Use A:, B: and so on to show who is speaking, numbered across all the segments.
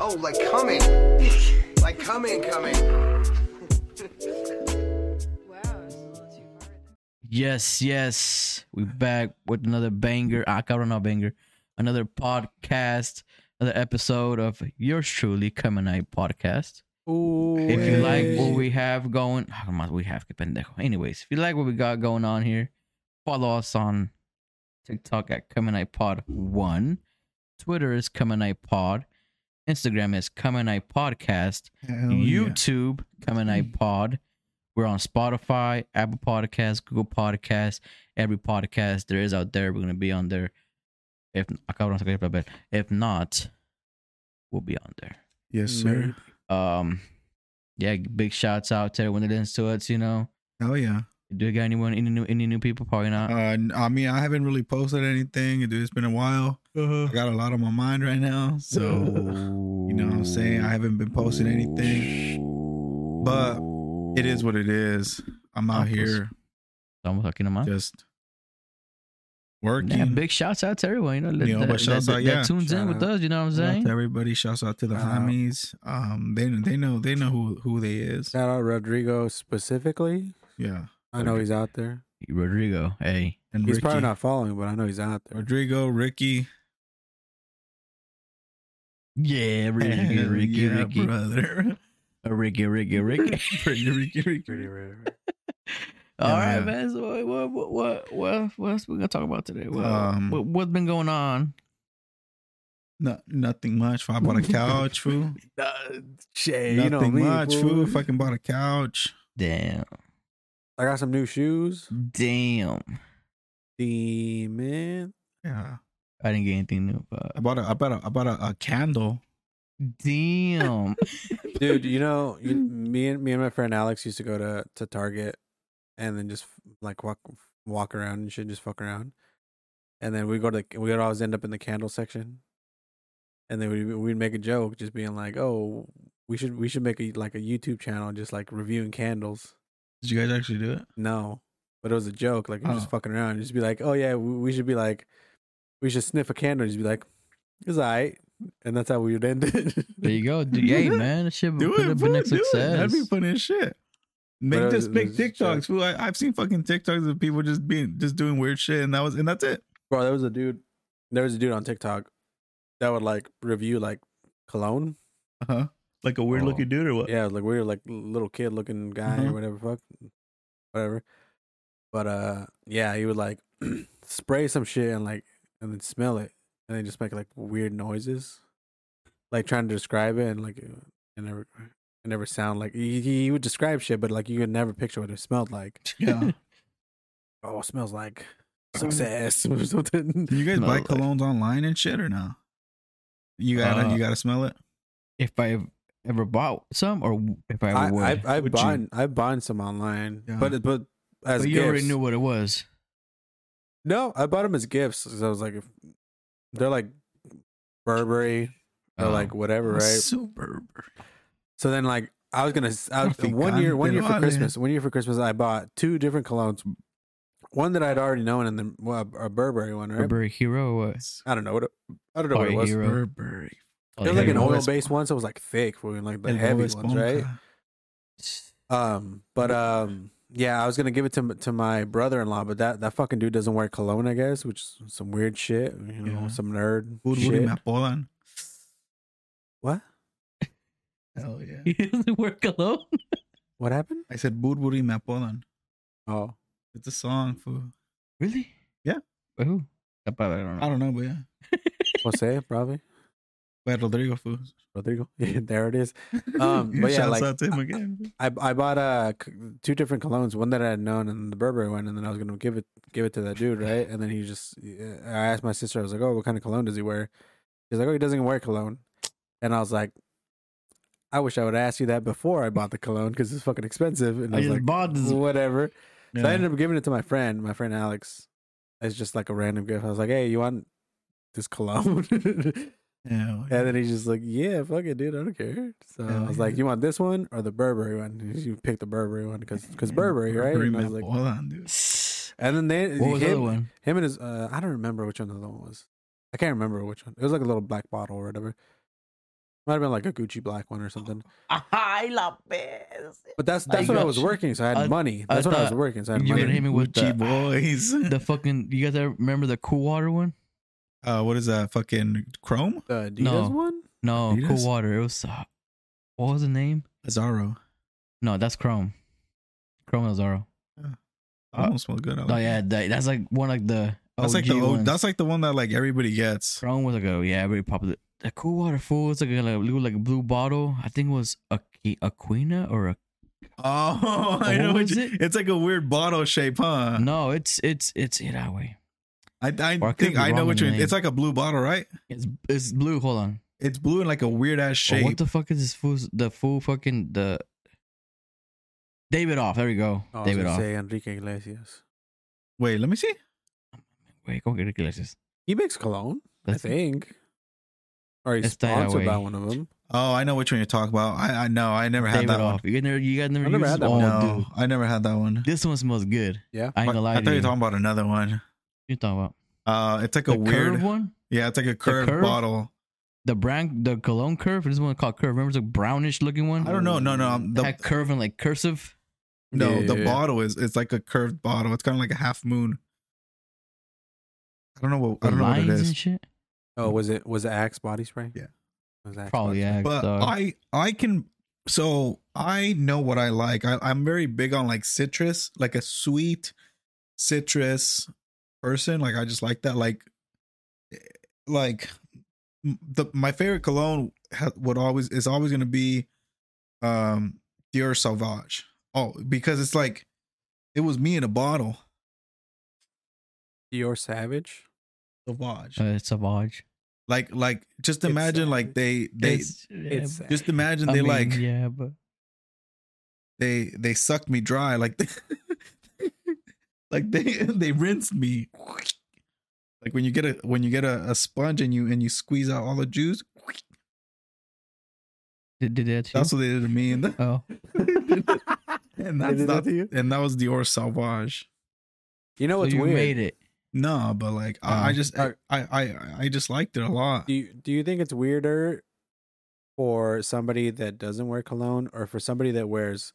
A: Oh, like coming. like coming, coming.
B: Wow, it's a little too far.
C: Yes, yes. We back with another banger. I don't know banger. Another podcast, another episode of yours truly Coming Night Podcast.
D: Ooh,
C: If you like
D: hey.
C: what we have going, how much we have que pendejo. Anyways, if you like what we got going on here, follow us on TikTok at Coming Night Pod One. Twitter is Coming Night Pod. Instagram is Coming Night Podcast.
D: Hell yeah.
C: YouTube, Coming Night Pod. We're on Spotify, Apple Podcasts, Google Podcasts, every podcast there is out there. We're gonna be on there. If acabo de sacar el papel. if not, we'll be on there.
D: Yes, sir.
C: Um, yeah, big shouts out to everyone that listens to us. You know,
D: Hell yeah.
C: do you got anyone any new any new people? Probably not.
D: Uh, I mean, I haven't really posted anything. Dude, it's been a while.
C: Uh-huh.
D: I got a lot on my mind right now. So, you know what I'm saying? I haven't been posting anything.
C: anything,
D: but It is what it is. I'm out
C: Apples.
D: here
C: Estamos aquí nomás.
D: just
C: Yeah,
D: working.
C: big shouts out to everyone. You know, that,
D: You know,
C: that,
D: but
C: that,
D: shouts
C: that-
D: out,
C: that
D: yeah.
C: tunes in
D: Shout
C: with
D: out.
C: us. You know what I'm
D: Shout out
C: saying?
D: to everybody. Shouts out to the
E: Shout out.
D: homies. Um, they they know they know who who they is.
E: Shout out Rodrigo specifically.
D: Yeah,
E: I know he's out there.
C: Rodrigo, hey,
D: and
E: He's
D: Ricky.
E: probably not following, but I know he's out there.
D: Rodrigo, Ricky,
C: yeah, Ricky,
D: Hell
C: Ricky,
D: yeah,
C: Ricky,
D: brother,
C: Uh, Ricky, Ricky, Ricky.
D: Ricky, Ricky, Ricky.
C: All right,
D: yeah.
C: man. So what, what, what, what, what, what else we gonna talk about today? What,
D: Um,
C: what, what's been going on?
D: No, nothing much. I bought a couch, fool.
E: Shay,
D: nothing
E: you know me.
D: much, fool.
E: fool.
D: Fucking bought a couch.
C: Damn,
E: I got some new shoes.
D: Mm.
C: damn.
E: Demon.
D: Yeah,
C: I didn't get anything new,
D: I
C: but
D: bought a, I bought a, I bought a, a candle.
C: damn.
E: Dude, you know, you, me and me and my friend Alex used to go to, to Target and then just like walk walk around and shit, just fuck around. And then we go to the, we would always end up in the candle section. And then we we'd make a joke, just being like, "Oh, we should we should make a like a YouTube channel, just like reviewing candles."
D: Did you guys actually do it?
E: No, but it was a joke. Like, you're
D: Oh.
E: just fucking around. You'd just be like, oh, yeah, we, we should be like, we should sniff a candle. And just be like, it's all right. And that's how we would end it.
C: there you go, dude. Hey, man, this shit
D: Do
C: could
D: it,
C: have
D: fool.
C: been a
D: Do it.
C: success.
D: That'd be funny as shit.
E: it
D: Make
E: was-
D: just
E: it
D: make
E: was just
D: TikToks.
E: shit.
D: Fool. I, I've seen fucking TikToks of people just being just doing weird shit, and that was and that's it.
E: Bro, there was a dude, there was a dude on TikTok that would like review like cologne.
D: Uh huh. Like a weird
C: Oh.
D: looking dude or what?
E: Uh-huh. Yeah, like weird, like little kid looking guy
D: Mhm.
E: or whatever, fuck, whatever. But uh, yeah, he would like spray some shit and like, and then smell it, and then just make like weird noises, like trying to describe it, and like it never, it never sound like he, he he would describe shit, but like you could never picture what it smelled like.
D: Yeah.
E: Oh, it smells like success or something.
D: Do you guys
C: No,
D: buy
C: like-
D: colognes online and shit or no? You gotta
E: Uh-huh.
C: Uh,
D: you gotta smell it.
C: if I ever bought some, or if I
E: I
C: ever would.
E: I I
D: Would you?
E: bought I bought some online,
D: Yeah.
E: but but as
C: but you already
E: gifts.
C: knew what it was.
E: No, I bought them as gifts 'cause I was like, if they're like Burberry or
C: Oh.
E: like whatever, right?
D: Super.
E: So then, like, I was gonna s- I was,
D: Coffee
E: one year, one year for
D: Candelaria.
E: Christmas, one year for Christmas, I bought two different colognes, one that I'd already known and then well, a Burberry one, right?
C: Burberry Hero. Or what?
E: I don't know what it, I don't know what it
C: Probably
E: was.
C: Hero.
D: Burberry.
C: Oh,
E: It was like an
C: Hero.
D: Bob
E: oil based one, so it was like thick, we were like the
D: El
E: heavy
D: Bob
E: ones, right?
D: Esponja.
E: Um, but um, yeah, I was gonna give it to to my brother in law, but that that fucking dude doesn't wear cologne, I guess, which is some weird shit, you know,
D: Yeah.
E: some nerd
D: Wood, woody,
E: shit.
D: me apodan.
E: What?
D: Hell yeah.
C: He doesn't work alone.
E: What happened?
D: I said Budburi me apodan.
E: Oh,
D: It's a song for
C: Really?
D: Yeah.
C: By who? I probably don't know.
D: I don't know, but yeah.
E: Jose, probably
D: By Rodrigo Fu.
E: Rodrigo. there it is. Um, but yeah,
D: Shouts
E: like-
D: out to him again.
E: I I bought uh c- two different colognes, one that I had known and the Burberry one, and then I was gonna give it give it to that dude, right? And then he just I asked my sister, I was like, oh, what kind of cologne does he wear? She's like, oh, he doesn't wear cologne, and I was like. I wish I would ask you that before I bought the cologne because it's fucking expensive. And
C: I
E: I was
C: just
E: like,
C: bought this-
E: whatever. So I
D: Yeah.
E: ended up giving it to my friend, my friend Alex. It's just like a random gift. I was like, "Hey, you want this cologne?"
D: Hell yeah.
E: And then he's just like, "Yeah, fuck it, dude. I don't care." So
D: Hell
E: I was
D: yeah.
E: like, "You want this one or the Burberry one?" You pick the Burberry one because Burberry, right?
D: Burberry
E: And, I
D: me
E: was like-
D: apodan, dude.
E: and then they
C: What was the
E: him,
C: other one?
E: him and his uh, I don't remember which one the other one was. I can't remember which one. It was like a little black bottle or whatever. Might have been like a Gucci black one or something.
C: Ay, la pez.
E: But that's
C: My
E: that's when I was
C: gosh.
E: working, so I had
C: I-
E: money.
C: I
E: That's when I was
C: thought
E: working, so I had
C: you were
E: money.
C: gonna hit me with
D: Gucci
C: the,
D: boys.
C: the fucking. You guys ever remember the cool water one?
D: uh, what is that? Fucking Chrome?
E: The Adidas
C: No.
E: one?
C: No,
D: Adidas?
C: cool water. It was. Uh, what was the name?
D: Azaro.
C: No, that's Chrome. Chrome El Zorro. Uh,
D: Almost smell good. I
C: Oh
D: like
C: yeah, that, that's like one like the.
D: That's like
C: OG
D: the old,
C: ones.
D: that's like the one that like everybody gets.
C: Chrome was like a yeah, very popular. The cool water fool was like a like, little like blue bottle. I think it was a Aquina or a
D: Oh, I
C: What
D: know what
C: was
D: you,
C: it?
D: It's like a weird bottle shape, huh?
C: no. It's it's it's Irawe.
D: I, I
C: Or I could
D: think
C: be
D: I know
C: wrong on
D: what
C: the
D: you.
C: name.
D: It's like a blue bottle, right?
C: It's it's blue. Hold on.
D: It's blue and like a weird ass
C: But
D: shape.
C: what the fuck is this fool? The fool fucking the. David off. There we go.
E: Oh, I was
C: David
E: gonna
C: off.
E: say Enrique Iglesias.
D: Wait, let me see.
C: Wait, go get Iglesias.
E: He makes cologne,
C: That's
E: I think. Or he's
C: Let's die that
E: sponsored by
C: way.
E: one of them.
D: Oh, I know which one you're talking about. I I know. I never had
C: David
D: that
C: off. You guys never, you guys never,
E: I never
C: used
E: had
C: this?
E: that
D: one.
E: one.
C: Oh,
D: no,
C: dude.
D: I never had that one.
C: This one smells good.
E: Yeah.
C: I ain't gonna lie
D: I thought
C: to
D: you
C: you.
D: were talking about another one.
C: you talking about
D: Uh, it's like
C: the
D: a weird.
C: curve one?
D: Yeah, it's like a curved
C: curve?
D: bottle.
C: The brand, the cologne curve. This one called curve. Remember, it's a brownish looking one.
D: I don't know. No, no, um,
C: Mm, that
D: the,
C: had curve and like cursive.
D: no,
E: Yeah,
D: the
E: yeah, yeah.
D: bottle is it's like a curved bottle. It's kind of like a half moon. I don't know what I
C: the
D: don't know what it
C: lines
D: is.
C: and shit.
E: Oh, was it was it Axe body spray?
D: Yeah.
E: Was Axe
C: Probably
E: body
C: yeah.
D: but
C: dog.
D: I I can so I know what I like. I, I'm very big on like citrus, like a sweet citrus person. Like I just like that. Like eh, like m- the my favorite cologne ha, would always is always gonna be um Dior Sauvage. Oh, because it's like it was me in a bottle.
E: spray? Dior Savage?
D: Sauvage.
C: Uh, it's Savage.
D: Like like just
E: It's,
D: imagine
E: uh,
D: like they they
C: It's-
E: it's-
C: yeah, but-
D: just imagine
C: I
D: they
C: mean,
D: like
C: yeah, but
D: they they sucked me dry like they, like they they rinsed me like when you get a when you get a, a sponge and you and you squeeze out all the juice
C: did, did that too?
D: that's what they did to me and, that-
C: oh,
D: and that's
E: did that
D: not,
E: to you?
D: and that was Dior Sauvage
E: You know
C: so
E: what's
C: you
E: weird?
C: made it.
D: no but like I, I
C: Oh.
D: just I, I I I just liked it a lot
E: Do you, do you think it's weirder for somebody that doesn't wear cologne or for somebody that wears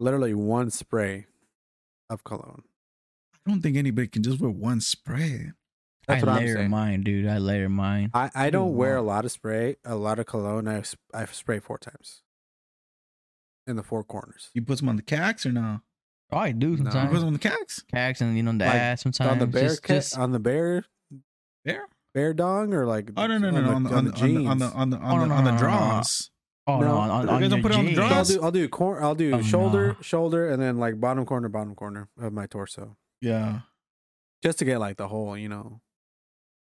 E: literally one spray of cologne?
D: I don't think anybody can just wear one spray
E: That's
C: I
E: what I'm
C: layer
E: saying.
C: mine, dude. I layer mine.
E: I, I
D: do
E: don't wear a
D: want.
E: lot of spray, a lot of cologne. I, s- I spray four times in the four corners.
D: you put some on the cacks or no
C: Oh, I do
E: No.
D: you put
C: sometimes.
D: some on the cacks
C: Cacks and you know the
E: Like,
C: ass sometimes.
E: on the bear Uh,
C: just,
E: ca-
C: just-
E: on the bear
D: there
E: bear dong or like
D: oh no no no no on the on the on the on the on the
C: Oh,
D: on the,
C: no,
D: on
C: no,
D: the
C: no, no, no.
D: draws
C: oh
E: No.
C: no, on, on,
D: You guys
C: on
D: don't
C: your
D: put it on the
C: jeans.
E: So I'll
D: drawers?
E: do I'll do cor- I'll do
C: Oh,
E: shoulder
C: no.
E: shoulder and then like bottom corner bottom corner of my torso
D: yeah
E: just to get like the whole you know.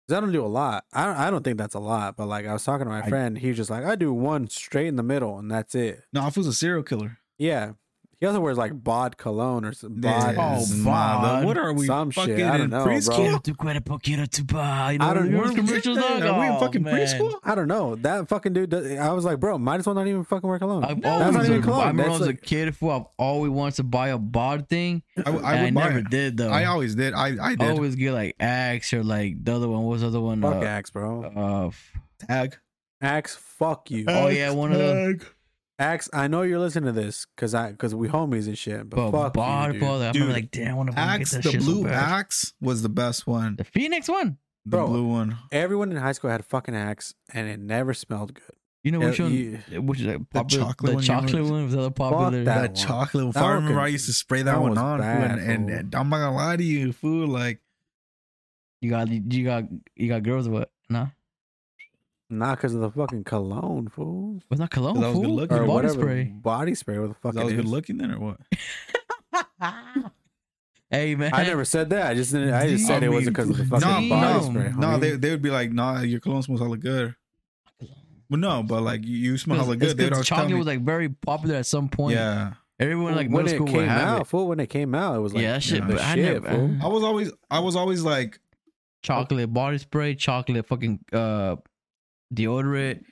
E: 'Cause I don't do a lot. I don't, I don't think that's a lot, but like I was talking to my
C: I-
E: friend, he was just like I do one straight in the middle and that's it.
D: no if it was a serial killer
E: Yeah, he also wears like bod cologne or some bod.
C: Oh,
D: This is
C: Bod.
D: mother- What are we
E: Some shit.
D: fucking
E: I don't
D: in
E: know,
D: preschool?
E: bro.
C: Quiero tu cuerpo, quiero tu pa. You
E: I
C: know,
E: don't-
C: those
E: we're-
C: commercials, dog?
D: Are we in
C: Oh,
D: fucking
C: man.
D: preschool?
E: I don't know. That fucking dude. Does, I was like, bro, might as well not even fucking wear cologne.
C: I've
E: That's not
C: always,
E: even
C: I
E: cologne.
C: remember when I
E: That's
C: was a
E: like,
C: kid, fool. I've always wanted to buy a bod thing.
D: I, w- I
C: and I
D: would buy
C: never
D: it.
C: did though.
D: I always did. I I
C: I
D: did.
C: always get like Axe or like the other one. What was the other one? Uh,
E: fuck Axe, bro.
C: uh, f-
D: tag.
E: Axe, fuck you.
C: Oh, yeah, one of those.
D: Tag.
E: Axe, I know you're listening to this because I because we homies and shit. But,
C: but
E: fuck
C: bod,
E: you, dude.
C: brother. I
D: Dude,
C: remember like, damn, I want to get
D: Axe.
C: that
D: The
C: shit so
D: blue
C: bad.
D: axe was the best one.
C: The Phoenix one.
D: The
E: Bro.
D: blue one.
E: Everyone in high school had fucking Axe, and it never smelled good.
C: You know
E: Yeah,
C: which one?
E: you-
C: Which is like popular?
D: chocolate
C: the
D: one you
C: chocolate
D: always-
C: one was the other popular.
E: that.
D: That
E: one.
D: chocolate. One.
E: That
D: I
E: one
D: remember
E: could-
D: I used to spray
E: that
D: that, one
E: one's
D: on, fool,
E: bad,
D: and,
E: fool.
D: and I'm not gonna lie to you, fool. Like
C: You got you got you got girls. or What? Nah,
E: Not because of the fucking cologne, fool,
C: was not cologne.
D: 'Cause I was
C: fool.
D: good-looking.
C: Or
E: or
C: body
E: whatever
C: spray.
E: body spray. What the fuck?
D: I
E: it
D: was
E: is.
D: good looking then, or what?
C: hey man,
E: I never said that. I just didn't. I just
C: I
E: said it wasn't
D: mean,
E: because of
D: No,
E: the fucking
D: no,
C: Damn.
E: body spray.
D: no.
E: homie.
D: They they would be like, nah, your cologne smells hella good. Well, no, but like you, you smell hella
C: It's- it's
D: good. They would
C: 'cause
D: always tell
C: chocolate
D: me.
C: was like very popular at some point.
D: yeah.
C: everyone like
E: when
C: middle
E: it
C: school would
E: came
C: have
E: out,
C: it.
E: fool. When it came out, it was like
C: yeah, that shit.
D: yeah,
C: but
E: the
C: I
E: shit,
C: never
E: fool.
D: I was always I was always like
C: chocolate body spray, chocolate fucking uh deodorant,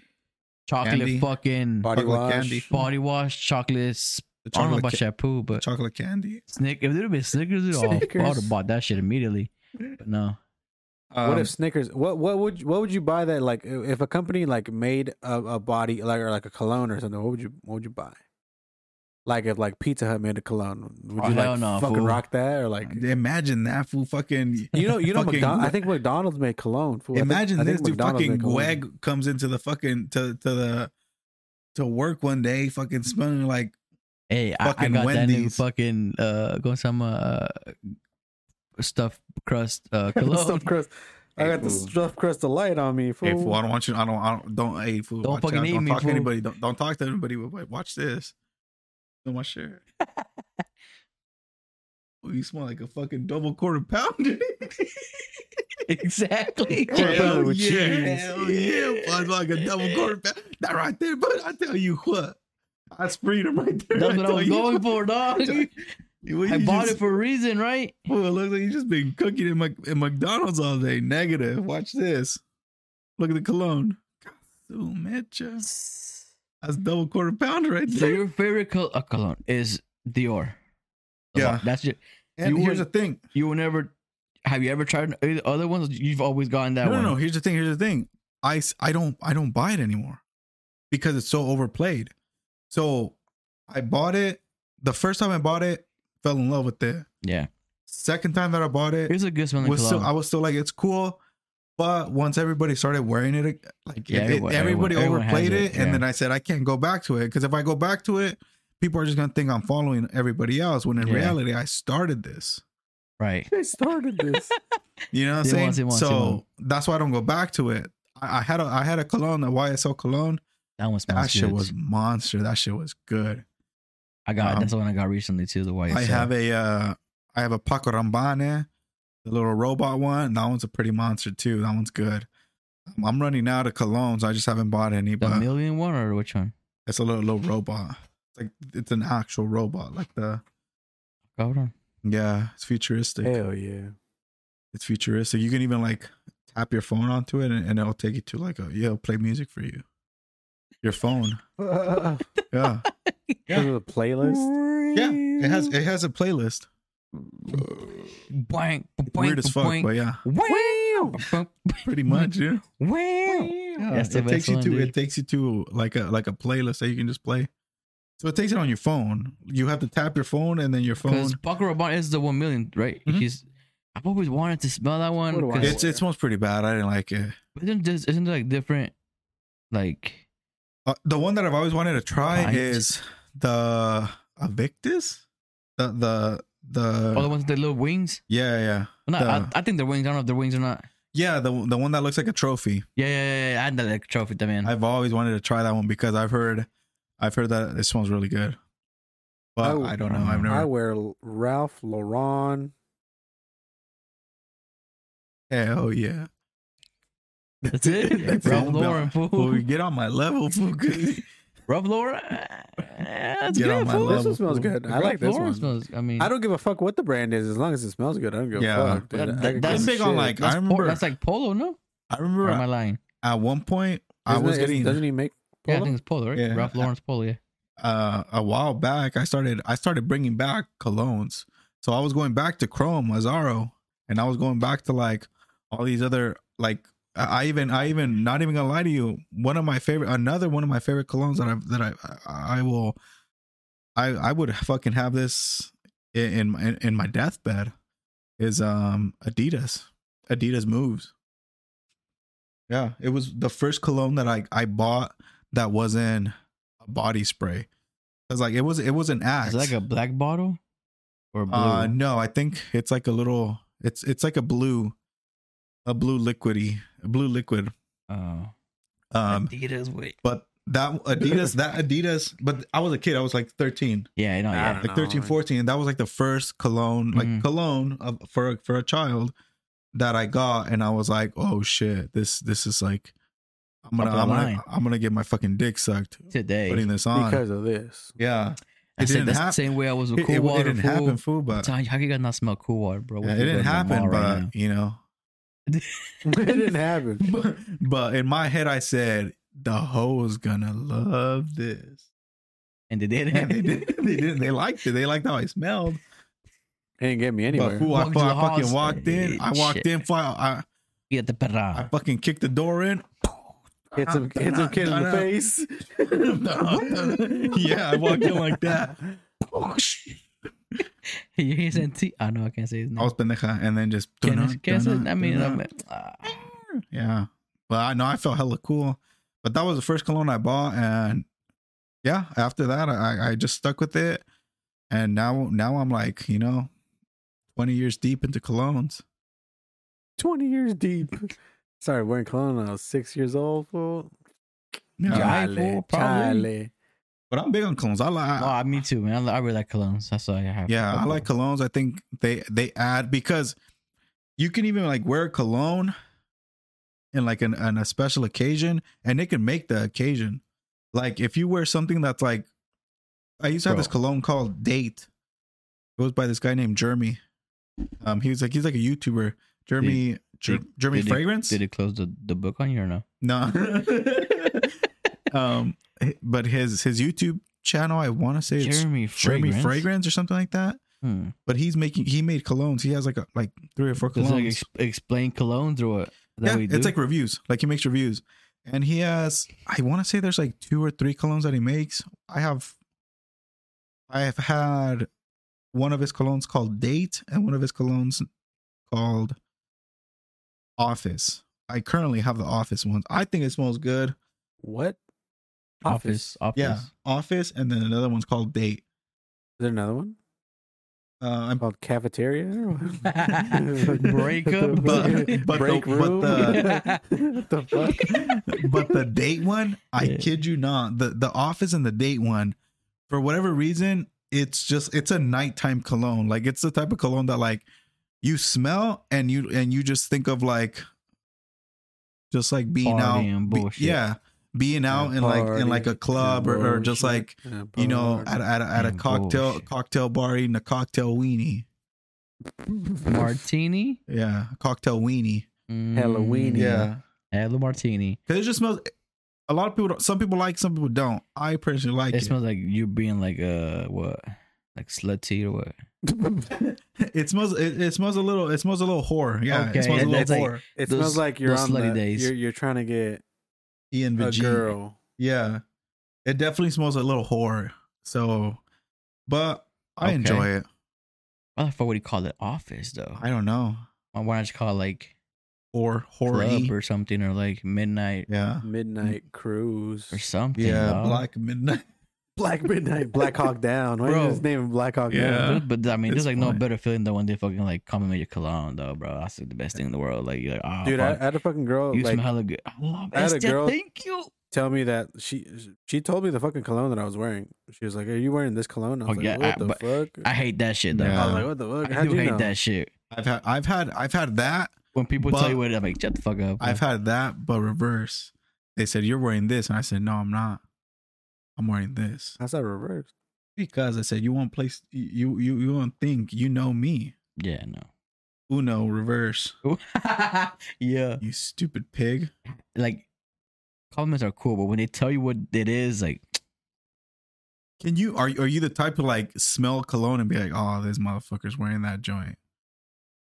C: chocolate
D: Candy.
C: fucking body,
E: body
D: Chocolate
E: wash.
D: candy.
C: wash, chocolate. sp-
D: the
C: I don't know
D: chocolate,
C: about
D: ca-
C: shampoo, but
D: chocolate candy.
C: Snick. If it would have been Snickers, dude, oh, I would
E: Snickers.
C: have bought that shit immediately. But no,
E: what
C: Um,
E: if Snickers? What what would what would you buy that like if a company like made a, a body like or like a cologne or something? What would you what would you buy? Like if like Pizza Hut made a cologne, would
C: Oh,
E: you
C: hell
E: like
C: no,
E: fucking
C: fool.
E: rock that or like
D: Um, Imagine that fool fucking.
E: you know you know
D: Fucking-
E: McDonald? I think McDonald's made cologne. Fool. I think-
D: Imagine
E: I think
D: this dude
E: McDonald's
D: fucking
E: made cologne.
D: Gweg comes into the fucking to to the to work one day, fucking smelling like
C: Hey, I, I
D: Fucking
C: got that new
D: Wendy's.
C: fucking uh Gonsama uh, stuffed crust uh
E: The
C: cologne.
E: stuffed crust. I
D: Hey,
E: got the
D: fool.
E: stuffed crust of light on me. Fool.
D: Hey, fool, I don't want you. I don't. I don't. Don't. Hey, fool.
C: Don't
D: watch
C: fucking
D: out.
C: eat
D: Don't
C: me,
D: talk
C: fool.
D: to anybody. Don't, don't talk to anybody. But wait, watch this. Don't watch shit. Oh, you smell like a fucking double quarter pounder.
C: exactly.
E: Quarter
C: Jay.
E: pounder with
D: yeah,
E: cheese.
D: Hell yeah. Fool, I smell like a double quarter pounder. That right there, but I tell you what, I sprayed him right there.
C: That's what I
D: tell
C: was
D: you
C: going
D: what.
C: for, dog.
D: What
C: I
D: you
C: bought
D: just-
C: it for a reason, right?
D: Well, it looks like you just been cooking in, Mc, in McDonald's all day. Negative. Watch this. Look at the cologne. Su mecha. That's double quarter pounder right
C: So
D: there.
C: your favorite col- uh, cologne is Dior.
D: Yeah.
C: that's your.
D: And
C: you
D: here's the
C: would-
D: thing.
C: You will never. Have you ever tried the other ones? You've always gotten that
D: no,
C: one.
D: no, no. Here's the thing. Here's the thing. I s- I don't I don't buy it anymore because it's so overplayed. So I bought it the first time I bought it, fell in love with it.
C: Yeah,
D: Second time that I bought it,
C: it's a good smelling
D: was
C: cologne.
D: still I was still like it's cool, but once everybody started wearing it, like
C: Yeah,
D: it-
C: everyone-
D: everybody
C: everyone- everyone has
D: overplayed it,
C: it, yeah.
D: and then I said I can't go back to it because if I go back to it, people are just gonna think I'm following everybody else. When in
C: Yeah.
D: reality, I started this.
C: right.
E: They started this.
D: You know what I'm
C: They
D: saying?
C: want- they want- they want.
D: so that's why I don't go back to it. I, I had a I had a cologne, a YSL cologne.
C: That one
D: That
C: smells
D: shit
C: good.
D: was monster. That shit was good.
C: I got
D: um,
C: that's the one I got recently too. The white.
D: I have a uh I have a Paco Rambane, the little robot one. That one's a pretty monster too. That one's good. I'm- I'm running out of colognes. I just haven't bought any,
C: the
D: but
C: million one or which one?
D: it's a little little robot. It's like it's an actual robot. Like the
C: Hold on.
D: yeah, it's futuristic.
E: Hell yeah.
D: It's futuristic. You can even like tap your phone onto it and, and it'll take you to like a yeah, it'll play music for you. Your phone. Yeah.
E: This is a playlist.
D: yeah. It has it has a playlist.
C: Blank.
D: Weird as fuck, but yeah. Pretty much, yeah. Yeah,
C: That's the
D: it takes
C: best
D: you
C: one,
D: to
C: dude.
D: it takes you to like a like a playlist that you can just play. So it takes it on your phone. You have to tap your phone and then your phone.
C: Because Bucker Raban is the one million, right?
D: Mhm.
C: He's. I've always wanted to smell that one.
E: What do I
C: 'cause-
E: want?
D: It's it smells pretty bad. I didn't like it.
C: Isn't this isn't there like different, like
D: Uh, the one that I've always wanted to try
C: Right.
D: is the Avictus. The the the
C: all Oh, the ones with the little wings?
D: yeah yeah
C: No,
D: uh, the-
C: I, I think they're wings. I don't know if they're wings or not.
D: yeah the the one that looks like a trophy.
C: Yeah, yeah, yeah. yeah. I had that like, trophy también.
D: I've always wanted to try that one because I've heard I've heard that it smells really good. But I,
E: I-
D: don't know. I've never.
E: I wear Ralph Lauren.
D: hell yeah.
C: That's it.
D: That's
C: Ralph
D: it.
C: Lauren, fool.
D: Well, we get on my level, fool. 'cause-
C: Ralph Lauren. eh, That's
D: Get
C: good.
D: on my
C: fool.
D: level.
E: This one smells good. I
C: Ralph
E: like this
C: Lauren
E: one.
C: Smells, I mean,
E: I don't give a fuck what the brand is as long as it smells good. I don't give a
D: Yeah.
E: fuck. dude.
C: That-
E: I
C: that-
E: could give
C: that's
E: a
D: big on,
E: shit.
D: like,
C: That's,
D: I
C: por-
D: remember-
C: that's like polo, no?
D: I
C: Or
D: remember
C: am I lying?
D: at one point I
E: Isn't
D: was
E: it-
D: getting
E: Doesn't he make?
C: Yeah, I
E: polo?
C: think it's polo, right?
D: Yeah.
C: Ralph Lauren's polo. Yeah.
D: uh, a while back. I started I started bringing back colognes, so I was going back to Chrome Azaro, and I was going back to like all these other like I I even I even not even gonna lie to you. One of my favorite, another one of my favorite colognes that I that I I, I will I I would fucking have this in in my, in my deathbed is um Adidas Adidas moves. Yeah, it was the first cologne that I I bought that wasn't a body spray. It's like it was it was an axe.
C: Is it like a black bottle or blue?
D: uh no, I think it's like a little it's it's like a blue a blue liquidy a blue liquid.
C: oh.
D: Um
C: Adidas with.
D: but that Adidas that Adidas but I was a kid, I was like 13.
C: Yeah, I know.
E: I
C: Yeah.
E: don't
D: like 13
E: know.
D: 14 and that was like the first cologne like
C: Mhm.
D: cologne of, for for a child that i got and i was like oh shit this this is like i'm gonna
C: Up the
D: i'm gonna
C: line.
D: i'm gonna get my fucking dick sucked
C: Today.
D: putting this on
E: because of this.
D: yeah
C: I
D: it
C: said
D: didn't
C: that's the
D: hap-
C: same way I was
D: it,
C: with cool
D: it- it
C: water.
D: didn't
C: fool.
D: happen fool but
C: Tell you, How you guys not smell cool water, bro?
D: yeah,
C: If
D: it
C: you go
D: didn't
C: to the
D: happen
C: mall right
D: but
C: now.
D: you know
E: it didn't happen.
D: but, but in my head i said the hoe's gonna love this
C: and they did.
D: and they did they didn't they liked it they liked how i smelled
E: It didn't get me
D: But
E: anywhere.
D: fool, I,
C: Walked to the
D: I fucking
C: house.
D: walked in. I walked
C: Shit. Ah.
D: in. Fool, I,
C: Get the
D: I
C: para.
D: fucking kicked the door in.
E: Hit some, hit some kid in the face.
D: yeah, I walked in like that.
C: Oh, He's anti. Ah, I know I can't say his
D: I
C: name.
D: was pendeja, and then just
C: Can
D: turn
C: I, can
D: on,
C: I
D: turn
C: say-
D: on,
C: I mean,
D: turn
C: I
D: on.
C: mean ah.
D: yeah. But I know I felt hella cool. But that was the first cologne I bought, and yeah, after that I I just stuck with it, and now now I'm like you know, twenty years deep into colognes.
E: 20 years deep. Sorry, wearing cologne when I was six years old. Fool.
D: Yeah,
C: Yeah. fool, probably.
E: chale.
D: but I'm big on colognes. I like.
C: Oh, me too, man. I, li- I really like colognes. That's why I have. a
D: Yeah, I
C: couple.
D: like colognes. I think they they add because you can even like wear a cologne in like an, an a special occasion, and it can make the occasion. Like if you wear something that's like, I used to have this
C: Bro.
D: cologne called Date. It was by this guy named Jeremy. Um, he was like he's like a YouTuber, Jeremy Jer-
C: did-
D: Jeremy
C: did it-
D: Fragrance.
C: Did it close the, the book on you or no?
D: No. um, but his his YouTube channel, I want to say it's
C: Jeremy Fragrance.
D: Jeremy Fragrance or something like that
C: Hmm.
D: but he's making he made colognes. He has like a, like three or four
C: Does it like,
D: colognes.
C: ex- explain colognes or what? Is that
D: yeah,
C: what you do?
D: it's like reviews. Like he makes reviews, and he has I want to say there's like two or three colognes that he makes. I have I have had one of his colognes called Date and one of his colognes called Office. I currently have the Office ones. I think it smells good.
E: What?
C: office. Office.
D: Yeah, Office, and then another one's called Date.
E: Is there another one
D: Uh, I'm
E: called cafeteria? or what?
C: Break up.
D: But- but the- but
E: break room.
D: the-
E: What the fuck?
D: but the date one, I
C: Yeah.
D: kid you not, the the office and the date one, for whatever reason, it's just it's a nighttime cologne. Like it's the type of cologne that like you smell and you and you just think of like just like being
C: Party
D: out,
C: and
D: be-
C: bullshit.
D: yeah, being out in like in like a
E: Party
D: club
E: and
D: or, or just
E: bullshit
D: like
E: and
D: you know at
E: party.
D: a, at a, at a
C: and
D: cocktail
C: bullshit.
D: cocktail bar eating a cocktail weenie.
C: Martini.
D: Yeah, cocktail weenie.
C: Mm,
E: Halloweeny. Yeah.
C: Hello, Martini.
D: Cause it just smells. A lot of people. Don't, some people like. Some people don't. I personally like
C: It
D: it.
C: smells like you being like uh what, like slutty or what?
D: It smells. It, it smells a little. It smells a little whore. Yeah,
C: Okay,
D: it smells a
C: and
D: little
C: that's like-
D: whore.
E: It
C: Those-
E: smells like you're
C: those
E: on
C: slutty
E: the,
C: days.
E: You're, you're trying to get
D: Ian
E: a
D: Vagine.
E: girl.
D: E Yeah, it definitely smells a little whore. So, but I
C: Okay.
D: enjoy it.
C: I thought what do you call it? Office though.
D: I don't know.
C: Why not you call it like
D: Or
C: club
D: whore.
C: or something or like midnight
D: Yeah.
E: Midnight cruise.
C: Mm. or something?
D: Yeah.
C: dog.
D: Black midnight.
E: Black Midnight, Black Hawk Down. Why
C: Bro.
E: is his name Black Hawk
D: Yeah.
E: Down?
C: But, but, I mean,
D: It's
C: there's like no
D: funny.
C: better feeling than when they fucking like compliment your cologne, though, bro. That's like, the best thing in the world. Like you're like, oh,
E: Dude, I, I
C: fuck,
E: had a fucking girl
C: you
E: like
C: smell hella good. I love
E: I had a
C: Esther,
E: girl-
C: Thank you.
E: tell me that she she told me the fucking cologne that I was wearing. She was like, "Are you wearing this cologne?" I was
C: Oh,
E: like,
C: yeah,
E: "What
C: I-
E: the
C: but
E: fuck?"
C: I hate that shit, though.
D: Yeah.
E: I was
C: bro.
E: like, "What the fuck?"
C: I
E: How'd
C: do
E: you
C: hate
E: know?
C: that shit.
D: I've had. I've had. I've had that.
C: When people
D: But-
C: tell you what, I'm like, shut the fuck up.
D: I've had that, but reverse. They said you're wearing this, and I said no, I'm not. I'm wearing this
E: How's that reverse?
D: because I said you won't place. You you you won't think you know me.
C: yeah, no.
D: Uno reverse.
C: yeah,
D: You stupid pig.
C: like compliments are cool, but when they tell you what it is, like,
D: Can you are are you the type to like smell cologne and be like, oh, this motherfucker's wearing that joint?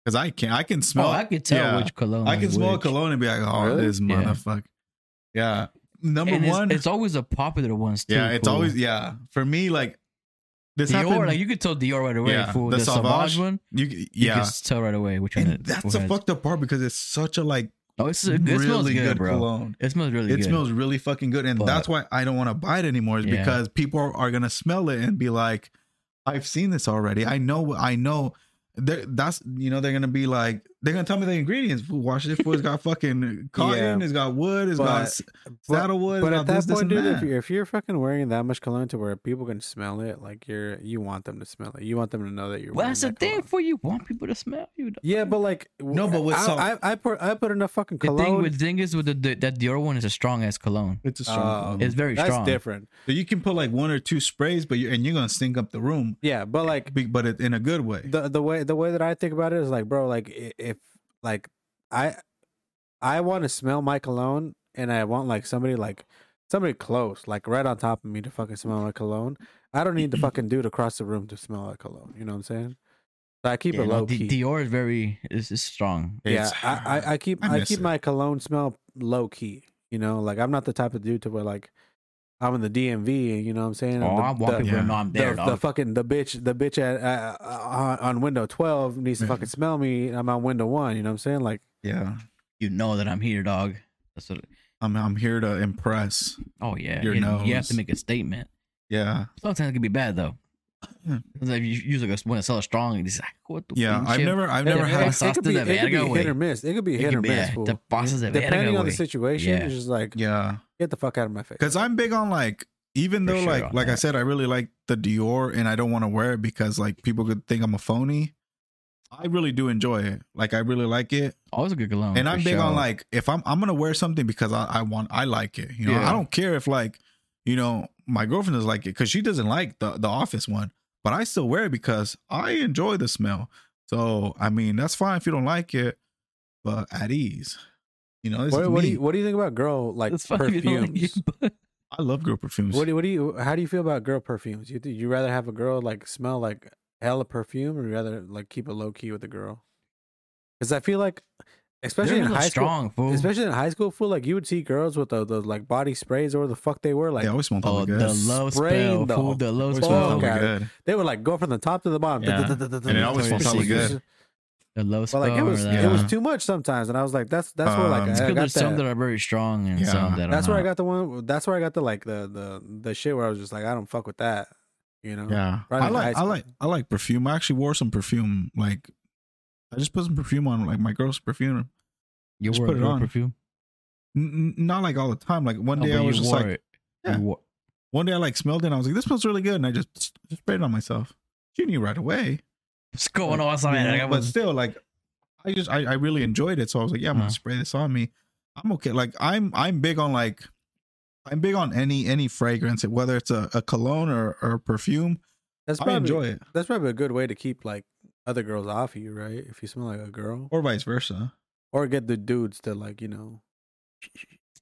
D: Because I can I can smell
C: oh, I could tell
D: yeah.
C: which cologne.
D: I can
C: is
D: smell
C: which.
D: cologne and be like, oh,
E: Really?
D: this
C: Yeah.
D: motherfucker. Yeah. Number
C: And it's,
D: one.
C: it's always the popular ones too.
D: yeah, it's
C: fool.
D: always yeah. For me, like this
C: Dior.
D: happened.
C: Like you could tell Dior right away.
D: Yeah,
C: fool.
D: the
C: The, Sauvage
D: Sauvage,
C: one,
D: you,
C: you
D: yeah.
C: can tell right away which one.
D: and
C: it-
D: that's
C: which
D: the
C: one it is.
D: fucked up part because it's such a like
C: Oh, it's, it smells
D: really
C: good,
D: good,
C: bro.
D: cologne.
C: It smells really
D: it
C: good.
D: smells really fucking good, and
C: But-
D: that's why I don't want to buy it anymore. Is
C: Yeah.
D: because people are, are gonna smell it and be like, "I've seen this already. I know. I know." They're, that's you know they're gonna be like they're gonna tell me the ingredients. Wash it for it's got fucking cotton,
E: Yeah.
D: it's got wood, it's got
E: But-
D: s-
E: but-
D: saddlewood,
E: But
D: it's got
E: at that
D: this, this,
E: point,
D: and
E: dude,
D: that.
E: if you're, if you're fucking wearing that much cologne to where people can smell it, like you're you want them to smell it. You want them to know that you're.
C: well,
E: wearing
C: that's the
E: that
C: thing
E: cologne.
C: for you. Want people to smell you. dog.
E: Yeah, but like
D: No, but with
E: I,
D: some-
E: I, I put I put enough fucking
C: The
E: cologne.
C: thing with thing is with the, the that Dior one is a strong ass cologne.
D: it's a
E: Oh,
D: strong. cologne.
C: It's very
E: that's
C: strong.
E: different.
D: so you can put like one or two sprays, but you and you're gonna stink up the room,
E: Yeah, but like
D: be- but it, in a good way.
E: the the way the way that I think about it is like, bro, like i- if like I I want to smell my cologne and I want like somebody like somebody close, like right on top of me
C: Mm-hmm.
E: to fucking smell my cologne. I don't need the fucking dude across the room to smell my cologne. You know what I'm saying? So I keep
C: Yeah,
E: it
C: no,
E: low
C: D-
E: key.
C: Dior is very is, is strong.
E: yeah,
D: It's
E: I, I, I keep
D: I
E: I,
D: miss
E: keep
D: it.
E: my cologne smell low key. You know, like I'm not the type of dude to where like I'm in the DMV. You know what I'm saying?
C: oh,
E: the,
C: I want
E: the-
C: people
D: yeah.
C: to know I'm there,
E: the, the
C: dog.
E: fucking the bitch the bitch at uh, uh, on, on window 12 needs
C: Mm-hmm.
E: to
D: Yeah.
E: fucking smell me and i'm on window 1 you know what i'm saying like
D: yeah.
C: you know that I'm here, dog. That's what.
D: I'm I'm here to impress.
C: Oh yeah,
D: Your
C: you, you have
D: nose.
C: to make a statement.
D: Yeah.
C: Sometimes it can be bad though.
D: Hmm.
C: Sometimes if you use like a, when it's strong, and just like what the
D: Yeah. I've
C: shit?
D: never I've
E: it-
D: never
E: it-
D: had
E: it, could
C: Pasas
E: be,
C: de
E: it could be
C: verga, güey.
E: hit or miss it could be
C: It
E: hit
C: could
E: or
C: be,
E: miss
C: yeah,
E: fool.
C: the pasas de
E: depending
C: verga,
E: on the
C: güey.
E: situation
C: Yeah.
E: it's just like
D: yeah.
E: get the fuck out of my face
D: Cause I'm big on like even
C: For
D: though
C: sure
D: like
C: on
D: like I
C: that.
D: said, I really like the Dior and I don't want to wear it because like people could think I'm a phony. I really do enjoy it. Like I really like it.
C: Always a good
E: Oh,
C: cologne.
D: and I'm
C: for
D: big on
C: sure.
D: like if I'm I'm gonna wear something because I, I want I like it. You know,
C: Yeah.
D: I don't care if like, you know, my girlfriend doesn't like it because she doesn't like the the office one, but I still wear it because I enjoy the smell. So I mean that's fine if you don't like it, but at ease. You know, this is
E: what, what do
D: me.
E: you what do you think about girl like
C: It's funny if you don't like
E: perfumes
C: it, but-
D: I love girl perfumes.
E: what do, what do you how do you feel about girl perfumes you you rather have a girl like smell like hella perfume or you rather like keep it low key with a girl because i feel like especially
C: They're
E: in
C: not
E: high school
C: strong, fool.
E: Especially in high school, fool, like you would see girls with the, the like body sprays or the fuck they were. Like Uh,
D: they always smell
C: oh,
D: good.
C: the love
E: Spray
C: spell,
E: the
C: fool. The love
D: Always
E: fuck
C: spell,
D: smell
E: out.
D: good.
E: they would like go from the top to the bottom.
D: Yeah. And it always
C: felt so
D: good.
C: the love
E: But
C: spell.
E: like it
C: or
E: was
C: that.
E: it was too much sometimes, and I was like, that's that's where like
D: Um,
E: I,
D: It's
C: Oh, It's
E: I
C: good
E: got
C: there's some that
E: that.
C: are very strong and
D: Yeah.
C: some that are
E: That's where I
C: not.
E: got the one. That's where I got the like the the the shit where I was just like, I don't fuck with that. You know.
D: Yeah.
E: Right
D: I
E: in high
D: like I
E: school.
D: like I like perfume. I actually wore some perfume like I just put some perfume on like my girl's perfume
C: You
D: Just
C: wore a
D: put it
C: girl
D: on.
C: perfume.
D: N- n- not like all the time. Like one
C: No,
D: day
C: Oh, but
D: I was
C: you
D: just
C: wore
D: like,
C: it.
D: Yeah.
C: You wore-
D: one day I like smelled it and I was like, this smells really good. And I just, just sprayed it on myself. She knew right away.
C: What's going on? Something
D: You know,
C: like, I
D: but
C: was
D: still, like, I just, I, I really enjoyed it. So I was like, yeah, I'm
C: Uh-huh.
D: going to spray this on me. I'm okay. Like, I'm, I'm big on like, I'm big on any, any fragrance, whether it's a, a cologne or, or perfume.
E: That's
D: I
E: probably
D: enjoy it
E: that's probably a good way to keep like other girls off you, right? If you smell like a girl,
D: or vice versa.
E: or get the dudes to like you know.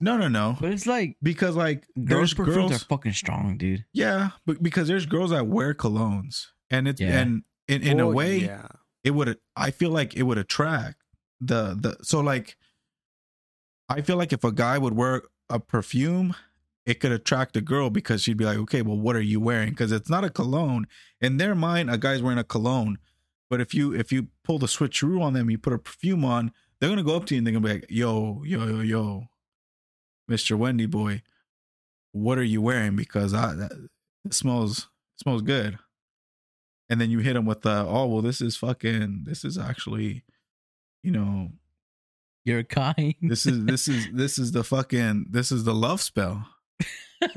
D: No, no, no.
C: But it's like
D: Because like
C: girls'
D: there's
C: perfumes are
D: girls.
C: fucking strong, dude.
D: Yeah. But because there's girls that wear colognes and it's,
C: Yeah.
D: and in, in a
E: Well,
D: way,
E: yeah.
D: it would i feel like it would attract the the so like i feel like if a guy would wear a perfume it could attract a girl because she'd be like okay well what are you wearing because it's not a cologne in their mind a guy's wearing a cologne but if you if you pull the switcheroo on them you put a perfume on they're gonna go up to you and they're gonna be like yo yo yo yo mr wendy boy what are you wearing because i that, it smells it smells good and then you hit them with the oh well this is fucking this is actually you know
C: You're kind.
D: this is this is this is the fucking this is the love spell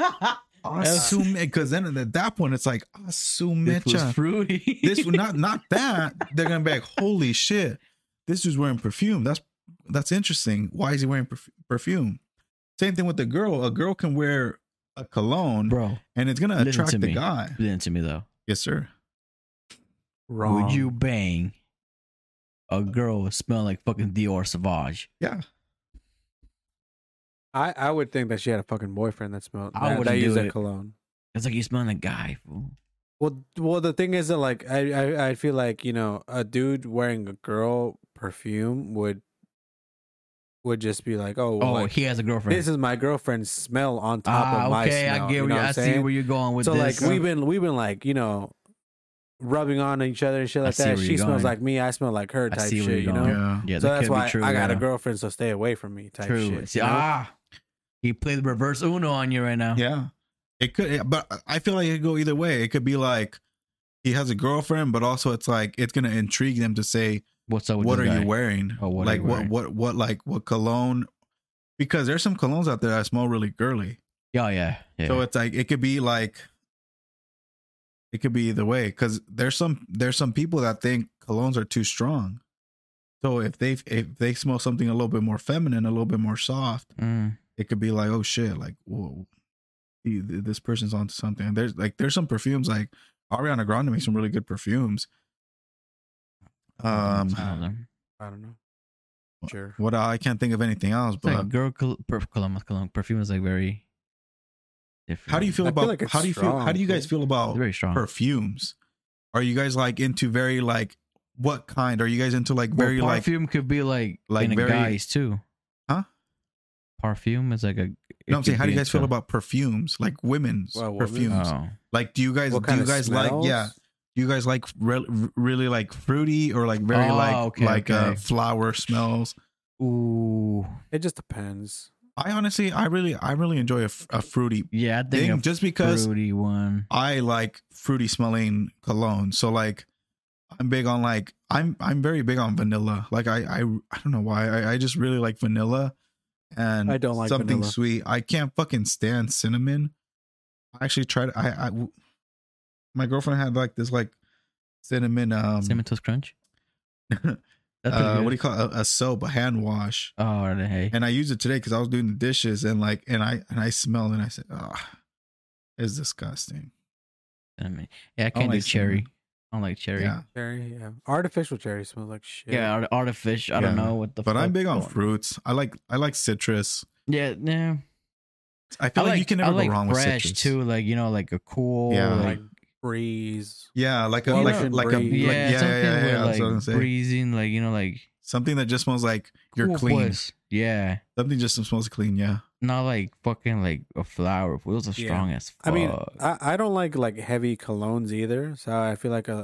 D: assume because then at that point it's like
C: this was
D: asumecha
C: fruity.
D: this not not that they're gonna be like holy shit this dude's wearing perfume that's that's interesting why is he wearing perf- perfume same thing with the girl a girl can wear a cologne
C: bro.
D: and it's gonna
C: listen
D: attract
C: to
D: the
C: me.
D: guy
C: Listen to me though.
D: yes sir
E: Wrong.
C: Would you bang a girl who smell like fucking Dior Sauvage?
D: yeah
E: I, I would think that she had a fucking boyfriend that smelled.
C: I
E: that-
C: wouldn't
E: that
C: do
E: used that
C: it.
E: cologne.
C: It's like you smelling a guy. Fool.
E: Well, well, the thing is that like I, I I feel like you know a dude wearing a girl perfume would would just be like oh,
C: Oh,
E: well, like,
C: he has a girlfriend.
E: this is my girlfriend's smell on top
C: ah,
E: of my
C: okay.
E: smell.
C: I get
E: you
C: where
E: know
C: you.
E: what
C: I
E: I'm
C: see
E: saying?
C: where you're going with
E: so
C: this.
E: like we've been we've been like you know rubbing on each other and shit
C: I
E: like
C: see
E: that.
C: where
E: She
C: you're
E: smells
C: going.
E: like me. I smell like her
C: I
E: type
C: see
E: shit.
C: where
E: you
C: you're
E: know.
C: going.
D: yeah
C: yeah,
E: so
C: that
E: that's
C: could
E: why
C: be true.
E: I got
C: yeah.
E: a girlfriend, so stay away from me. Type
C: True.
E: shit.
C: see,
E: you know?
C: ah, he played reverse Uno on you right now.
D: Yeah. It could, but I feel like it could go either way. It could be like he has a girlfriend, but also it's like it's gonna intrigue them to say,
C: What's up with
D: "What are
C: this guy?
D: you wearing?
C: Oh, what are
D: like
C: you wearing?
D: what, what, what, like what cologne?" Because there's some colognes out there that smell really girly.
C: Yeah, yeah, yeah.
D: So it's like it could be like it could be either way. Because there's some there's some people that think colognes are too strong. So if they if they smell something a little bit more feminine, a little bit more soft,
C: Mm.
D: it could be like, oh shit, like whoa, th- th- this person's onto something. There's like there's some perfumes like Ariana Grande makes some really good perfumes. Um,
C: Some of them.
E: I don't know. Sure.
D: what I can't think of anything else,
C: It's like
D: but
C: girl col- per- cologne, cologne perfume is like very different.
D: how do you feel
E: I feel
D: about
E: like it's
D: how do you feel how
E: strong,
D: do you guys
E: but-
D: feel
C: It's
D: about
C: very strong.
D: perfumes? Are you guys like into very like what kind? Are you guys into like very
C: well,
D: like
C: perfume could be like
D: like
C: in a
D: very-
C: guys too.
D: Huh?
C: Perfume is like a. it
D: No, I'm saying,
C: could
D: how do
C: be
D: you guys feel
C: into-
D: about perfumes, like women's
E: Well, women- uh,
D: perfumes?
C: Oh.
D: Like, do you guys
E: What
D: do
E: kind
D: you
E: of
D: guys like
E: smells?
D: yeah? Do you guys like re- really like fruity or like very
C: Oh,
D: like
C: okay,
D: like Uh,
C: okay.
D: flower smells?
C: Ooh.
E: It just depends.
D: I honestly, I really, I really enjoy a, f- a fruity
C: Yeah, I think
D: thing
C: a
D: just because
C: fruity one.
D: I like fruity smelling cologne. So like, I'm big on like I'm I'm very big on vanilla. Like I I, I don't know why I, I just really like vanilla and
E: I don't like
D: something
E: vanilla.
D: sweet. I can't fucking stand cinnamon. I actually tried. I I my girlfriend had like this like cinnamon um
C: Cinnamon Toast Crunch.
D: uh, what do you call it? a, a soap a hand wash.
C: Oh, are they? Hey.
D: And I used it today because I was doing the dishes and like and I and I smelled and I said, ah, it's disgusting.
C: Cinnamon. Yeah, I
D: don't
C: can't do
D: Oh, like
C: cherry.
D: cinnamon.
C: I don't like cherry.
D: Yeah,
C: Yeah,
E: Cherry, yeah. Artificial cherry smells like shit.
C: art- artificial. I don't
D: Yeah.
C: know what the.
D: but I'm
C: fuck
D: big on
C: going-
D: fruits. I like I like citrus.
C: Yeah, yeah.
D: I feel like, you can never
C: I like
D: go wrong with
C: fresh
D: citrus.
C: too. Like you know, like a cool.
D: Yeah.
C: Like,
E: Like breeze.
D: Yeah, like a
E: Well,
D: like
E: you know,
D: like a like,
E: breeze.
C: yeah,
D: yeah yeah
C: something
D: yeah. yeah,
C: with
D: that's what I'm
C: like
D: saying.
C: breezing. Like you know, like
D: Something that just smells like you're
C: cool,
D: clean.
C: pues. Yeah.
D: Something just smells clean. Yeah,
C: Not like fucking like a flower. Those are
E: Yeah.
C: strong as fuck.
E: I mean, I, I don't like like heavy colognes either. So I feel like a,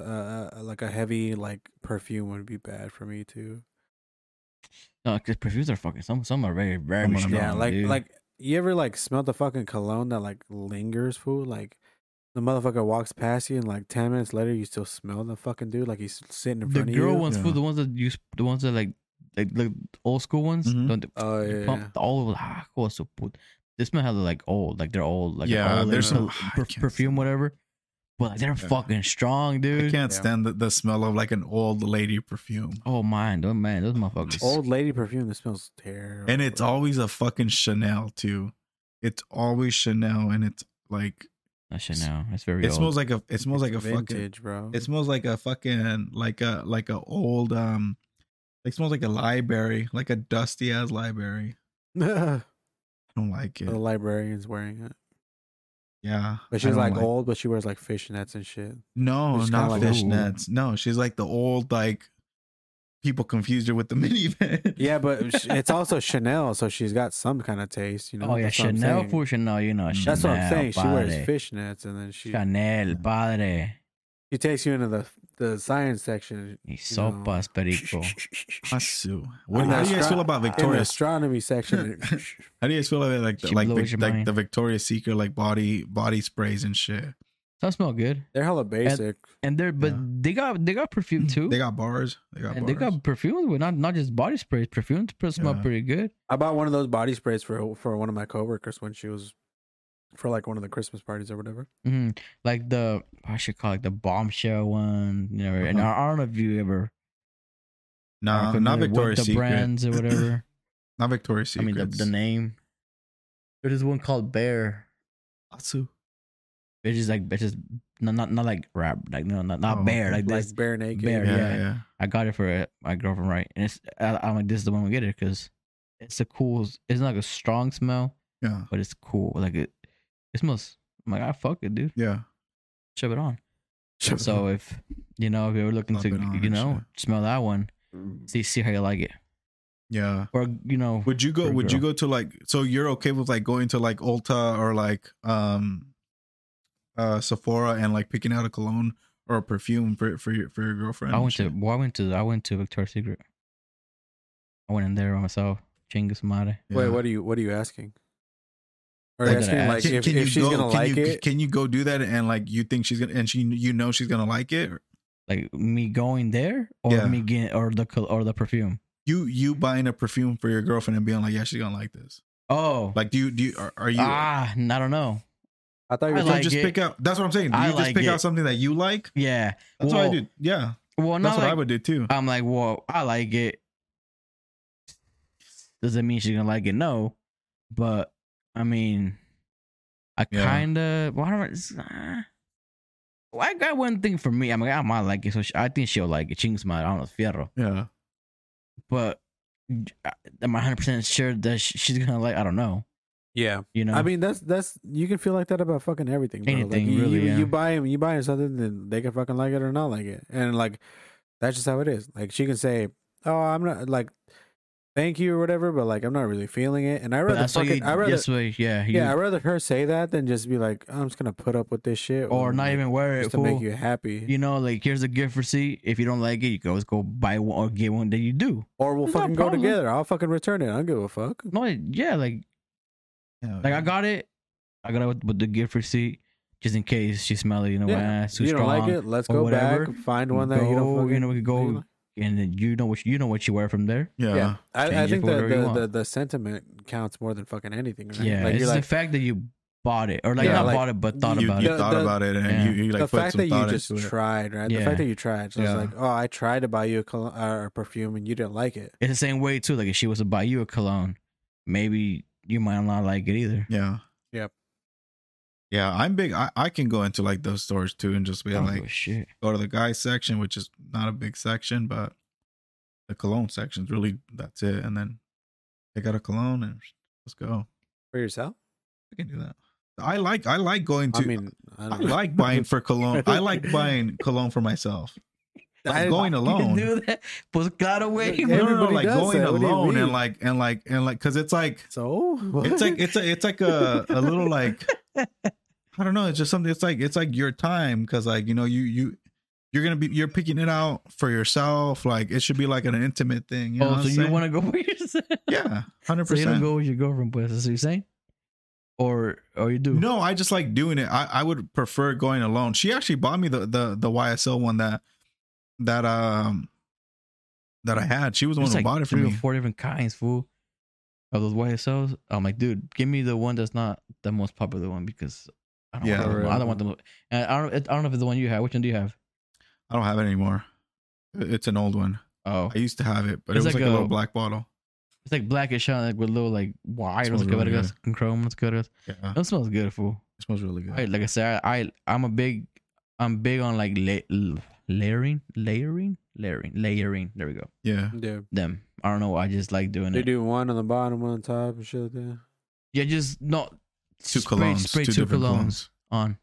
E: a, a like a heavy like perfume would be bad for me too.
C: no, because perfumes are fucking. Some some are very very
D: Some of them
C: strong.
D: are,
E: Yeah, like
C: dude.
E: like you ever like smell the fucking cologne that like lingers, fool? Like the motherfucker walks past you and like ten minutes later you still smell the fucking dude like he's sitting in
C: the
E: front
C: girl
E: of you.
C: ones,
D: Yeah.
C: fool, the ones that use the ones that like like the old school ones.
D: Mhm.
C: Don't,
E: Oh
C: you
E: yeah,
C: pump
E: yeah.
C: all of ah, hijo de su put. This man had like old, like they're old, like
D: Yeah,
C: old,
D: there's
C: like,
D: some-
C: per-
D: I can't
C: perfume,
D: stand-
C: whatever. But like, they're fucking strong,
D: I
C: dude.
D: can't
E: Yeah.
D: stand the, the smell of like an old lady perfume.
C: Oh man, oh man, those motherfuckers.
E: old lady perfume. This smells terrible.
D: And it's always a fucking Chanel too. It's always Chanel, and it's like
C: I should know. It's very.
D: it smells like a it smells like a fucking
E: vintage, bro.
D: it smells like a fucking like a like a old um it smells like a library like a dusty ass library.
E: the
D: I don't like it.
E: librarian's wearing it,
D: Yeah, I
E: Oh, but she's
D: don't
E: like, old, but she wears like fishnets and shit.
D: No,
E: It's
D: not
E: kinda like-
D: fishnets. No, she's like the old like people confused her with the minivan.
E: Yeah, but sh- it's also Chanel, so she's got some kind of taste, you know.
C: oh yeah,
E: That's what I'm
C: Chanel
E: saying.
C: for Chanel, you know.
D: Mm.
C: Chanel,
E: That's what I'm saying. She wears
C: padre.
E: fishnets, and then she
C: Chanel, padre,
E: she takes you into the the science section.
C: y
E: you know.
C: sopas, perico.
D: Asu. Ah, What,
E: In
D: how
E: the
D: do you guys
E: astro-
D: feel about
E: in the
D: Victoria's?
E: astronomy section.
D: how do you guys feel about like the,
C: She
D: like,
C: blows
D: Vic-
C: your
D: like
C: mind.
D: the Victoria's Secret like body body sprays and shit?
C: Some smell good,
E: They're hella basic.
C: and they're but
D: Yeah.
C: they got they got perfume too.
D: Mm-hmm. They got bars. They got
C: and
D: bars.
C: they got perfumes, but not not just body sprays. Perfumes smell
D: Yeah.
C: pretty good.
E: I bought one of those body sprays for for one of my coworkers when she was for like one of the Christmas parties or whatever.
C: hmm Like the I should call it the bombshell one. You know, and
D: Uh-huh.
C: I, I don't know if you ever are
D: nah,
C: familiar
D: not
C: with
D: Victoria's
C: the
D: Secret.
C: brands or whatever.
D: Not Victoria's
C: I mean
D: Secret.
C: the, the name. There's one called Bear.
D: Asu.
C: It's just like it's just not not, not like rap like no not not
D: Oh,
C: bear
D: okay.
C: like
E: Like
C: this.
E: bare naked.
D: Yeah,
C: Bear,
D: yeah.
C: yeah. I got it for uh, my girlfriend right, and it's I, I'm like this is the one we get it because it's a cool. It's not like a strong smell,
D: Yeah.
C: but it's cool. Like it, it smells. I'm like I fuck it, dude.
D: Yeah.
C: Shove it on. So if you know if you're looking
D: Slap
C: to
D: it on
C: you
D: and
C: know smell that one, see see how you like it,
D: Yeah.
C: or you know
D: Would you go?
C: For a
D: Would you
C: girl.
D: go to like? So you're okay with like going to like Ulta or like um, uh Sephora and like picking out a cologne or a perfume for for your for your girlfriend?
C: I
D: and
C: went to
D: shit?
C: well, I went to I went to Victoria's Secret. I went in there by myself. Chingus Mare.
D: Yeah.
E: Wait, what are you what are you asking? Or
C: Like,
E: asking
C: uh,
E: like
D: Can,
E: if,
D: can
E: if
D: you
E: she's
D: go, can
E: gonna like
D: you,
E: it?
D: Can you go do that and like you think she's gonna and she you know she's gonna like it? Or
C: Like me going there, or
D: Yeah.
C: me getting or the col- or the perfume.
D: You you buying a perfume for your girlfriend and being like, yeah, she's gonna like this.
C: Oh,
D: Like, do you do you, are, are you?
C: ah, I don't know.
E: I thought you
C: I
E: were
D: do you
C: like
D: just
C: it.
D: pick out. That's what I'm saying. Do you
C: I
D: just
C: like
D: pick
C: it.
D: out something that you like?
C: Yeah,
D: That's what I
C: Well,
D: do. Yeah,
C: Well,
D: that's
C: not
D: what
C: like,
D: I would do too.
C: I'm like, well, I like it. Doesn't mean she's gonna like it, no. But I mean, I
D: Yeah.
C: kind of. Why don't I? it's, uh, well, I got one thing for me. I'm like, I might like it, so she, I think she'll like it. Ching's my, I don't know, fierro.
D: yeah,
C: But uh, am I 100 percent sure that sh- she's gonna like? I don't know.
E: Yeah.
C: You know,
E: I mean that's that's you can feel like that about fucking everything. Bro.
C: Anything,
E: like, you,
C: really,
E: You,
C: yeah.
E: you buy 'em- you buy 'em something, then they can fucking like it or not like it, and like That's just how it is. Like she can say, "Oh, I'm not like, thank you or whatever," but like I'm not really feeling it. And I
C: But
E: rather
C: that's what
E: fucking,
C: you.
E: I rather,
C: that's what- yeah. You,
E: yeah, I rather her say that than just be like, "Oh, "I'm just gonna put up with this shit,"
C: or not
E: like,
C: even wear it.
E: just to make
C: fool.
E: you happy.
C: you know, like here's a gift receipt. If you don't like it, you can always go buy one or get one that you do.
E: or we'll
C: There's no
E: fucking go
C: problem.
E: together. I'll fucking return it. I don't give a fuck.
C: No, yeah, like
D: Yeah,
C: like I got it. I got it with, with the gift receipt just in case she smell it. You know,
E: Yeah.
C: ah, it's too
E: you don't
C: strong.
E: like it? Let's
C: or
E: go
C: whatever.
E: back. Find one that
C: go,
E: you don't. Fucking,
C: know, we could
E: that you
C: go
E: like.
C: and then you know what you, you know what you wear from there.
D: yeah.
E: Yeah, I, I
C: change it
E: think
C: for
E: the
C: whatever you
E: the, the
C: want.
E: the sentiment counts more than fucking anything. Right?
C: Yeah,
E: like
C: it's
E: you're
C: the
E: like
C: fact that you bought it or like
E: Yeah,
C: not
E: like,
C: bought it but thought
D: you,
C: about
D: you
C: it.
E: The-
D: thought
E: the-
D: about it and
C: Yeah.
D: you, you like
E: the
D: put
E: fact
D: some
E: that you
D: thought
E: just
D: into it.
E: tried, right? The
C: Yeah.
E: fact that you tried. So
D: Yeah.
E: it's like, oh, I tried to buy you a, col- uh, a perfume and you didn't like it.
C: It's the same way too. Like if she was to buy you a cologne, maybe you might not like it either.
D: Yeah.
E: Yep.
D: Yeah, I'm big. I, I can go into like those stores too and just be
C: I don't give a
D: like,
C: shit.
D: go to the guy section, which is not a big section, but the cologne section's really that's it. And then they got a cologne and let's go.
E: For yourself?
D: I can do that. I like I like going to.
E: I mean, I,
D: I
E: don't know.
D: like buying for cologne. I like buying cologne for myself.
E: I-
D: Like going
C: You
D: alone.
C: can do that. Pues claro, way.
E: Yeah.
D: No, no, no,
E: Everybody
D: like
E: does
D: going
E: that. What do you
D: alone
E: mean?
D: and like and like and like because it's like
E: So?
D: it's like it's a it's like a, a little like I don't know. It's just something. It's like it's like your time because like you know you you you're gonna be you're picking it out for yourself. Like it should be like an intimate thing. You know
C: Oh, so you want
D: want
C: to go by yourself?
D: to? Yeah, hundred
C: So you don't
D: percent.
C: go with your girlfriend, pues? That's what you're saying? Or or you do?
D: No, I just like doing it. I, I would prefer going alone. She actually bought me the the the YSL one that that um that I had. She was the one
C: There's
D: who bought it for
C: three
D: me.
C: or four different kinds, fool, of those YSLs. I'm like, dude, give me the one that's not the most popular one because I don't
D: Yeah.
C: want the, I don't want the mo- and I don't I don't know if it's the one you have. Which one do you have?
D: I don't have it anymore. It- It's an old one.
C: Oh,
D: I used to have it, but
C: It's
D: it
C: like
D: was like, a,
C: a-
D: little black bottle.
C: it's like blackish, huh? like with little like wires,
D: Smells really
C: vergas, and chrome, let's go to us.
D: Yeah,
C: That smells good, fool.
D: it smells really good.
C: I, like I said, I, I I'm a big I'm big on like la- layering, layering, layering, layering. There we go.
D: Yeah,
E: yeah.
C: Them. I don't know. I just like doing
E: They
C: it.
E: do one on the bottom, one on top, and shit like that.
C: Yeah, just not
D: two
C: spray-
D: colognes,
C: spray
D: two, different colognes.
C: on.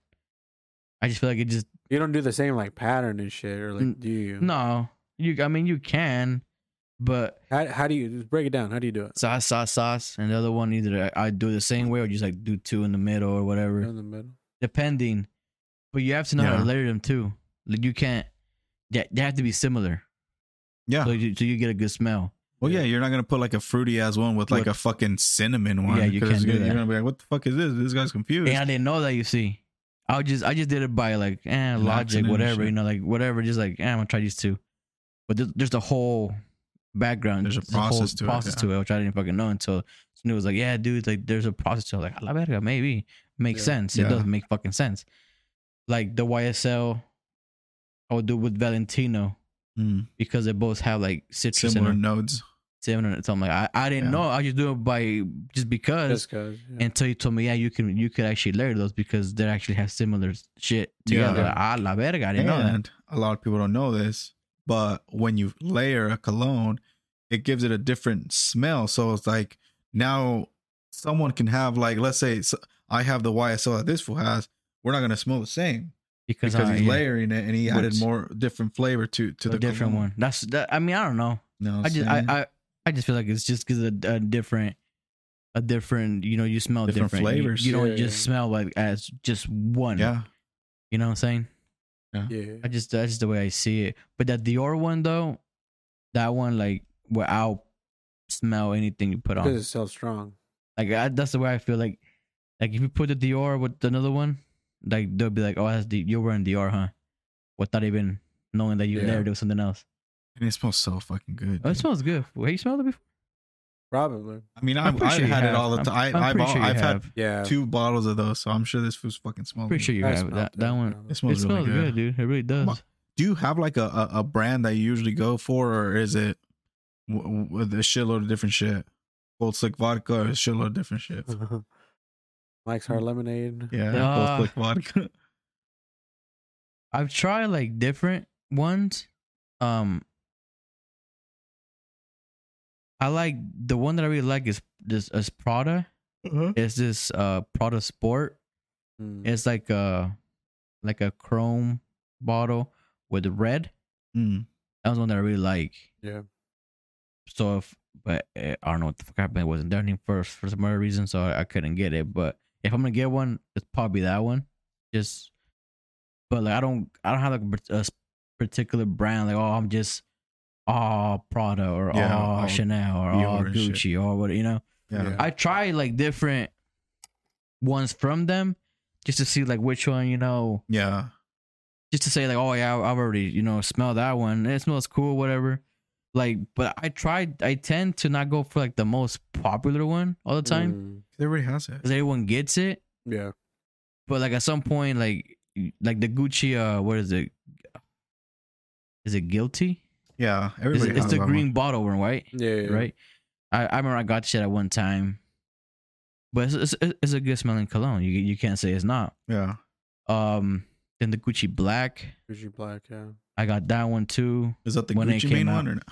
C: I just feel like it just
E: You don't do the same like pattern and shit, or like
C: Mm,
E: do you?
C: no. You, I mean, you can, but
E: How, how do you just break it down? How do you do it?
C: sauce, sauce, sauce, and the other one either I, I do the same way or just like do two in the middle or whatever,
E: In the middle.
C: depending. But you have to know how
D: Yeah.
C: to layer them too. Like you can't. They, they have to be similar,
D: Yeah.
C: so, you, so you get a good smell.
D: well, yeah, you're not gonna put like a fruity ass one with like
C: With-
D: a fucking cinnamon one.
C: Yeah, you
D: 'cause
C: can't do
D: you're,
C: that.
D: you're gonna be like, what the fuck is this? This guy's confused.
C: And I didn't know that. You see, I would just I just did it by like eh,
D: An accident
C: logic,
D: and
C: whatever
D: shit.
C: you know, like whatever. Just like eh, I'm gonna try these two, but there's, there's the whole background.
D: There's a
C: whole
D: process to it,
C: process
D: yeah.
C: to it, which I didn't fucking know until somebody was like, yeah, dude, like there's a process to it. Like, la verga, maybe makes
E: Yeah.
C: sense. It
D: Yeah.
C: doesn't make fucking sense. Like the YSL, I would do with Valentino
D: Mm,
C: because they both have like citrus
D: similar
C: in it.
D: nodes.
C: Similar, in it. so I'm like, I, I didn't
D: Yeah.
C: know. I just do it by just because
E: Just cause. Yeah.
C: until you told me, yeah, you can you could actually layer those because they actually have similar s- shit
D: Yeah.
C: together. Ah, la verga, I didn't know that.
D: And a lot of people don't know this, but when you layer a cologne, it gives it a different smell. So it's like now someone can have like, let's say s- I have the YSL that this fool has. We're not gonna smell the same
C: Because,
D: because
C: I,
D: he's
C: yeah,
D: layering it and he added
C: Which-
D: more different flavor to to
C: a
D: the
C: different
D: cologne.
C: one. That's that. I mean, I don't know.
D: You know what
C: I
D: I'm
C: just I,
D: saying?
C: I I just feel like it's just because a, a different a different you know you smell different,
D: Different
C: You-
D: flavors.
C: You, don't
E: Yeah,
C: just
E: yeah.
C: smell like as just one.
D: yeah.
C: You know what I'm saying?
E: yeah.
C: I just that's the way I see it. But that Dior one though, that one like without smell anything you put
E: Because
C: on.
E: it's so strong.
C: Like I, that's the way I feel. Like like if you put the Dior with another one, like they'll be like, "Oh, that's the you're wearing Dior, huh?" Without even knowing that you
E: Yeah.
C: layered it with something else.
D: And it smells so fucking good.
C: Oh, it
D: dude.
C: smells good. Wait, you smelled it before?
E: Probably.
D: I mean, I,
C: I'm
D: I've
C: pretty sure you
D: had
C: have.
D: it all the
C: I'm-
D: time.
C: I'm
D: I, I've,
C: pretty
D: all,
C: sure you
D: I've had
C: have.
E: Yeah.
D: two bottles of those, so I'm sure this food's fucking smells.
C: Pretty
D: good.
C: sure you
E: I
C: have
E: smelled
C: that. That one.
E: probably.
D: It
C: It
D: smells
C: smells
D: really
C: good,
D: good.
C: dude. It really
D: on.
C: does.
D: Do you have like a, a, a brand that you usually go for, or is it w- w- a shitload of different shit? Gold Slick Vodka or a shitload of different shit?
E: Mike's Hard Lemonade.
D: Yeah,
C: Ah.
D: Gold Slick Vodka.
C: I've tried like different ones. Um, I like the one that I really like is this is Prada.
D: Uh-huh.
C: It's this uh Prada Sport.
E: Mm.
D: Mm-hmm.
C: It's like a like a chrome bottle with red,
D: Mm.
C: That was one that I really like.
E: Yeah.
C: So if but uh, I don't know what the fuck happened. It wasn't there any first for some other reason, so I, I couldn't get it. But if I'm gonna get one, it's probably that one. Just, but like I don't I don't have like a par- a, s- particular brand. Like oh I'm just oh Prada or
D: Yeah,
C: oh
D: oh,
C: Chanel or oh
D: Dior and shit.
C: Gucci or what you know.
E: Yeah.
C: I try like different ones from them just to see like which one you know
D: Yeah.
C: just to say like, oh yeah, I've already you know smelled that one. It smells cool, whatever. Like, but I tried. I tend to not go for like the most popular one all the
D: Mm.
C: time
D: Everybody has it.
C: because everyone gets it.
E: Mm, yeah.
C: But like at some point, like like the Gucci, uh, what is it? Is it guilty?
D: Yeah.
C: Is it,
D: Everybody
C: it's
D: has
C: the
D: that
C: green
D: one.
C: bottle one, right?
E: Yeah. yeah.
C: Right. I, I remember I got this shit at one time, but it's, it's, it's a good smelling cologne. You you can't say it's not.
D: Yeah.
C: Um, then the Gucci Black,
E: Gucci Black. Yeah.
C: I got that one too.
D: Is that the
C: When it
D: Gucci
C: came
D: main one
C: out.
D: or not?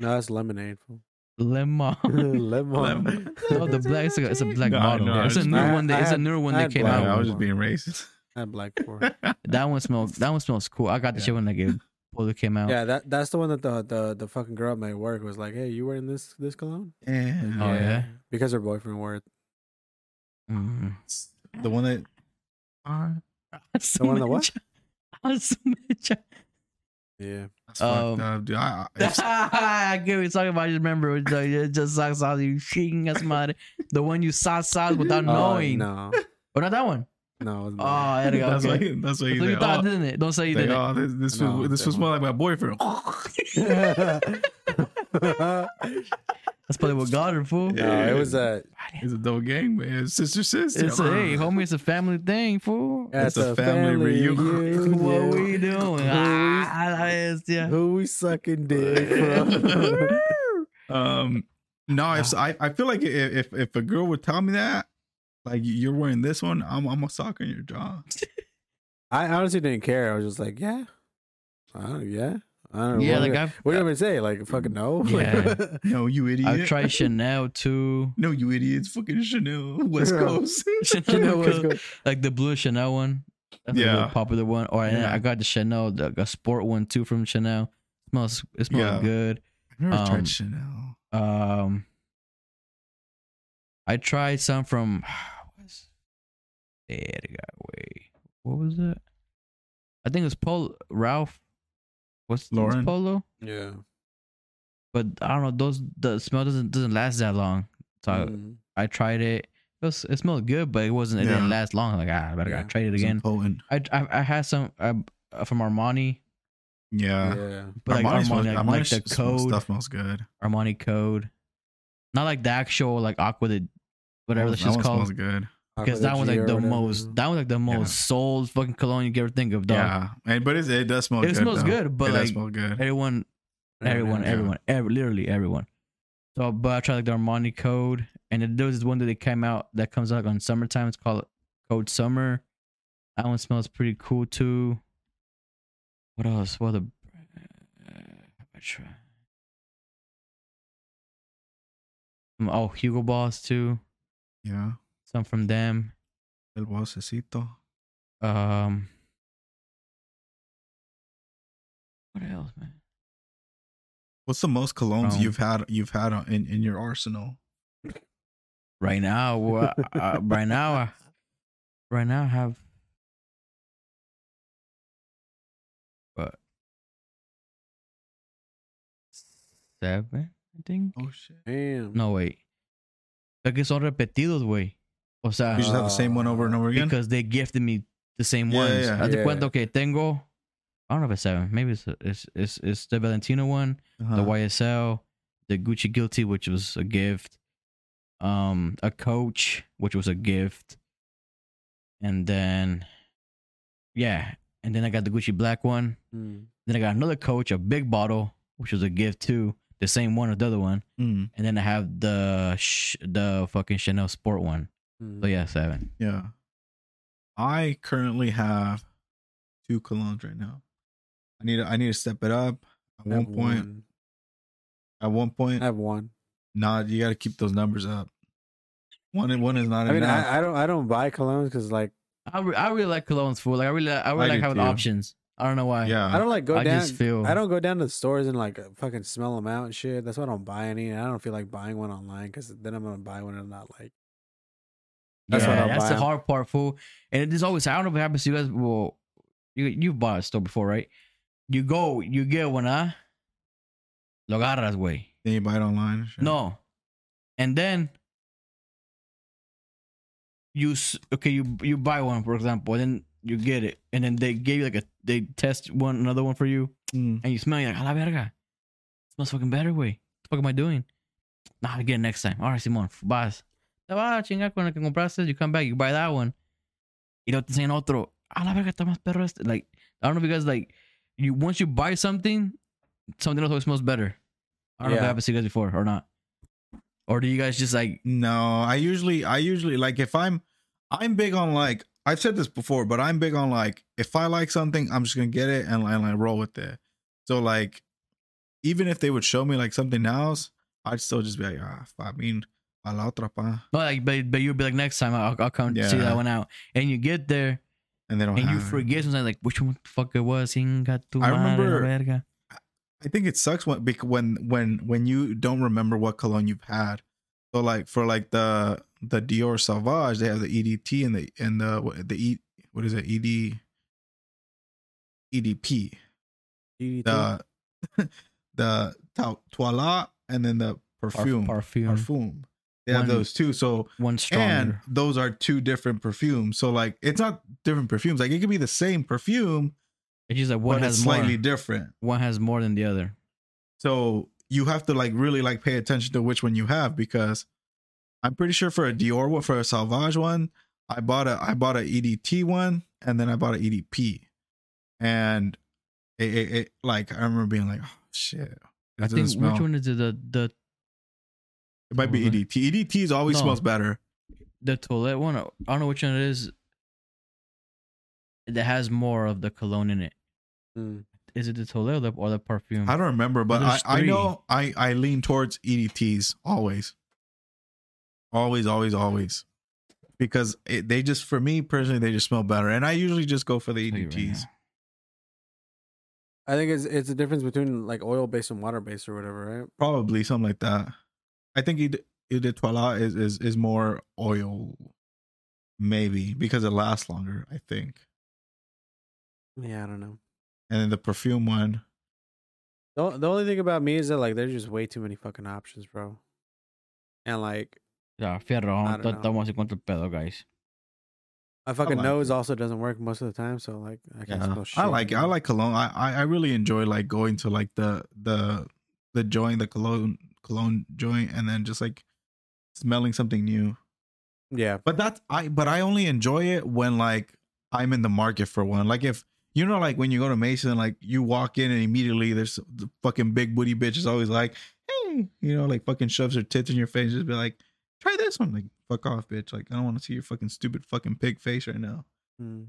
E: No, that's lemonade. fool.
C: Lemon.
E: Lemon.
C: No, Oh, the black. It's a, it's a black
D: No, I
C: model.
D: know, I
C: it's a
D: just-
C: new
E: I-
C: one.
E: I
C: That, it's a
E: had-
C: newer one
E: I
C: that
E: had
C: came
E: black.
D: Yeah, I
C: out.
D: was just being racist.
E: That black four.
C: That one smells. That one smells cool. I got the
D: Yeah.
C: shit when like it Polo came out.
E: Yeah, that that's the one that the, the the fucking girl at my work was like, "Hey, you wearing this this cologne?"
D: Yeah.
C: Oh, yeah?
E: because her boyfriend wore it.
C: Mm.
D: The one that. Uh,
C: So
E: one that
C: many
E: what?
C: ch- I was so many ch-
E: Yeah,
D: that's fucked
C: Um,
D: up, dude. I, I, it's-
C: I get what you're talking about. I just remember it, like, it just sucks out you shaking us mad. The one you saw saw without
E: Oh,
C: knowing.
E: no,
C: Oh, not that one.
E: no, it wasn't
C: Oh,
E: that.
C: there you go.
D: that's,
C: okay.
D: why, that's why
C: That's
D: you
C: what you
D: think,
C: thought,
D: oh,
C: didn't it? Don't say you
D: think,
C: didn't.
D: oh, this, this,
E: No,
D: was, this was
E: damn.
D: more like my boyfriend.
C: Oh. That's probably what got her fool.
D: Yeah.
E: no, it was uh, a
D: It's a double gang, man. It's sister, sister.
C: It's a, hey, homie, it's a family thing, fool.
E: that's
D: a family reunion.
C: What we doing? Ah, that is, yeah.
E: Who we sucking dick from?
D: um, no, if, I I feel like if if- if a girl would tell me that, like you're wearing this one, I'm I'm a sock on your jaw.
E: I honestly didn't care. I was just like, yeah, I don't, yeah, I don't. know.
C: Yeah,
E: what,
C: like
E: do you-
C: I've,
E: what do you want me to say? Like, fucking no.
C: Yeah.
D: No, you idiot.
C: I've tried Chanel too.
D: No, you idiots. Fucking Chanel West
E: Yeah.
D: Coast.
C: Chanel,
E: You know what's
C: co-
E: good.
C: like the blue Chanel one. That's a
D: Yeah.
C: really popular one. Or and
D: Yeah.
C: I got the Chanel, the, a sport one too from Chanel. smells it smells
D: Yeah.
C: good.
D: I've never
C: Um,
D: tried Chanel.
C: Um, I tried some from. What was it got away? What was it? I think it was Polo Ralph. What's it's
D: Lauren.
C: Polo?
E: yeah.
C: But I don't know. Those the smell doesn't doesn't last that long. So I-
E: Mm.
C: I tried it. It, was, it smelled good, but it wasn't. It
D: Yeah.
C: didn't last long. Like ah, I better
E: Yeah.
C: gotta try it
D: It's
C: again.
D: important.
C: I, I I had some uh, uh, from Armani, uh,
D: Yeah.
E: yeah.
C: but like
D: Armani
C: Armani,
D: smells-
C: like,
D: Armani
C: like the
D: s- smells-
C: code
D: stuff smells good.
C: Armani code, not like the actual like aqua the whatever
D: Oh, That
C: the shit's
D: one
C: called.
D: Smells good.
C: Because that one's like the most. That was like the most
D: Yeah.
C: sold fucking cologne you could ever think of. Dog.
D: Yeah, and, but it, it does smell.
C: It
D: good,
C: smells
D: though.
C: good, but,
D: it does
C: like,
D: smell good.
C: Everyone, everyone,
D: yeah.
C: everyone, every, literally everyone. So, but I tried like the Armani code, and then there was this one that they came out that comes out on summertime. It's called Code Summer. That one smells pretty cool too. What else? What the? Uh, I try. Um, Oh, Hugo Boss too.
D: Yeah,
C: Some from them.
D: el bosecito.
C: Um. What else, man?
D: What's the most colognes
C: Wrong.
D: you've had you've had on, in in your arsenal?
C: Right now, well, uh, uh, right now, uh, right now, I have. What? Seven, I think.
D: Oh shit!
E: Damn.
C: No, wait. Es que son repetidos, güey. O sea,
D: You just have the same one over and over again.
C: because they gifted me the same
D: Yeah,
C: ones.
D: yeah,
C: Haz de
E: yeah.
C: cuenta que tengo. I don't know if it's seven. Maybe it's it's it's, it's the Valentino one.
D: Uh-huh.
C: the YSL, the Gucci Guilty, which was a gift, um, a coach, which was a gift, and then, yeah, and then I got the Gucci Black one.
E: Mm.
C: Then I got another coach, a big bottle, which was a gift too, the same one as the other one,
D: Mm,
C: and then I have the sh- the fucking Chanel Sport one.
E: Mm.
C: So yeah, seven.
D: yeah, I currently have two colognes right now. I need to, I need to step it up. At
E: I
D: one
E: have
D: point,
E: one.
D: at one point,
E: I have one.
D: nah, you got to keep those numbers up. One one is not
E: I mean,
D: enough.
E: I, I don't, I don't buy colognes because like,
C: I, re- I really like colognes, fool. Like I really I really
D: I
C: like
D: do
C: having
D: too.
C: options. I don't know why.
D: yeah.
E: I don't like go
C: I
E: down.
C: just feel-
E: I don't go down to the stores and like fucking smell them out and shit. That's why I don't buy any. And I don't feel like buying one online because then I'm gonna buy one and not like.
C: That's,
E: That's
C: yeah,
E: what I'll
C: that's
E: buy
C: the
E: 'em.
C: hard part, fool. And it is always, I don't know if it happens to you guys. Well, you, you've bought a store before, right? You go, you get one, huh? Lo agarras, way.
D: Then you buy it online. and shit.
C: No. And then you s- okay, you you buy one for example, and then you get it, and then they gave you like a they test one another one for you,
D: Mm.
C: and you smell it, you're like a la verga, smells fucking better. Way, what the fuck am I doing? Nah, again next time. All right, Simon, vas. Te vas a chingar con el que compraste. You come back, you buy that one. You know, te saying otro. A la verga, está más perro este. Like I don't know if you guys like you once you buy something, something else always smells better. I don't know if
E: Yeah.
C: that happened to you guys before or not. Or do you guys just like
D: No, I usually, I usually like if I'm, I'm big on like I've said this before, but I'm big on like if I like something, I'm just gonna get it and, and like roll with it. So like, even if they would show me like something else, I'd still just be like, ah, I mean, a la otra pa,
C: no like but, but you'll be like next time I'll, I'll come see
D: Yeah.
C: that one out. And you get there
D: and they don't.
C: and you
D: have it.
C: forget something like which one the fuck it was. Inga tu
D: I
C: madre, la
D: remember-
C: verga.
D: I think it sucks when bec- when when when you don't remember what cologne you've had. So like for like the the Dior Sauvage, they have the EDT and the and the what- the E what is it ED EDP
E: DDT.
D: the the to- toilet and then the
C: Parf-
D: perfume
C: Parfume.
D: perfume. They have
C: One-
D: those two. So
C: One stronger.
D: and those are two different perfumes. So like it's not different perfumes. Like it could be the same perfume,
C: it's just like one
D: but it's
C: has
D: slightly
C: more.
D: different.
C: one has more than the other.
D: So you have to like really like pay attention to which one you have because I'm pretty sure for a Dior one, for a Salvage one, I bought a I bought a EDT one and then I bought a EDP, and it, it, it like I remember being like, oh shit, it
C: I
D: doesn't
C: think
D: smell.
C: which one is it? the the
D: It might be E
C: was it?
D: EDT. EDTs always
C: No.
D: smells better.
C: the toilet one. I don't know which one it is. That has more of the cologne in it.
E: Mm.
C: Is it the toilet or the, or the perfume?
D: I don't remember, but I,
C: There's
D: I
C: three.
D: know I I lean towards EDTs always, always, always, always, because it, they just for me personally they just smell better, and I usually just go for the E
C: Tell you right
D: EDTs.
C: now.
E: I think it's it's a difference between like oil based and water based or whatever, right?
D: probably something like that. I think E Id Eau de Toilette is, is is more oil, maybe because it lasts longer. I think,
E: Yeah, I don't know.
D: and then the perfume one.
E: The, the only thing about me is that like there's just way too many fucking options, bro. And like
C: Yeah, fierro.
E: I don't
C: no
E: know.
C: estamos en contra del pedo, guys.
E: my fucking
D: like
E: nose
D: it.
E: also doesn't work most of the time, so like I can't
D: Yeah.
E: smell shit.
D: I like it. I like cologne. I, I I really enjoy like going to like the the the joint, the cologne cologne joint, and then just like smelling something new.
E: Yeah,
D: But that's I but I only enjoy it when like I'm in the market for one. Like if you know like when you go to Mason, like you walk in and immediately there's the fucking big booty bitch is always like, hey, you know, like fucking shoves her tits in your face, just be like, try this one. Like, fuck off, bitch. Like I don't want to see your fucking stupid fucking pig face right now.
E: Mm.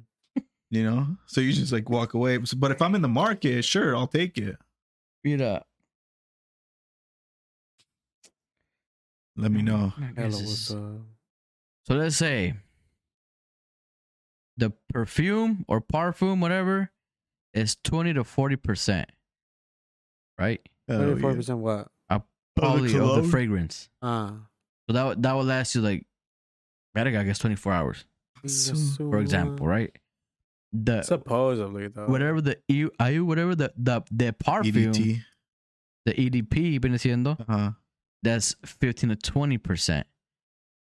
D: You know? So you just like walk away. So- But if I'm in the market, sure, I'll take it.
C: Mira.
D: Let
E: Mm-hmm.
D: me know.
C: I guess
E: Hello,
C: it's-
E: what's up?
D: Oh,
C: So let's say the perfume or parfum, whatever, is 20 to 40%. Right?
D: Oh,
E: Twenty four
D: yeah.
E: percent what?
C: Probably of the
D: cologne?
C: fragrance.
E: Ah,
C: So that would- that will last you like, better I guess 24 hours, for example, right? The
E: Supposedly though.
C: whatever the EU, IU, whatever the the the parfum,
D: EDT.
C: the E EDP, been diciendo,
D: Uh-huh.
C: that's 15 to 20 percent.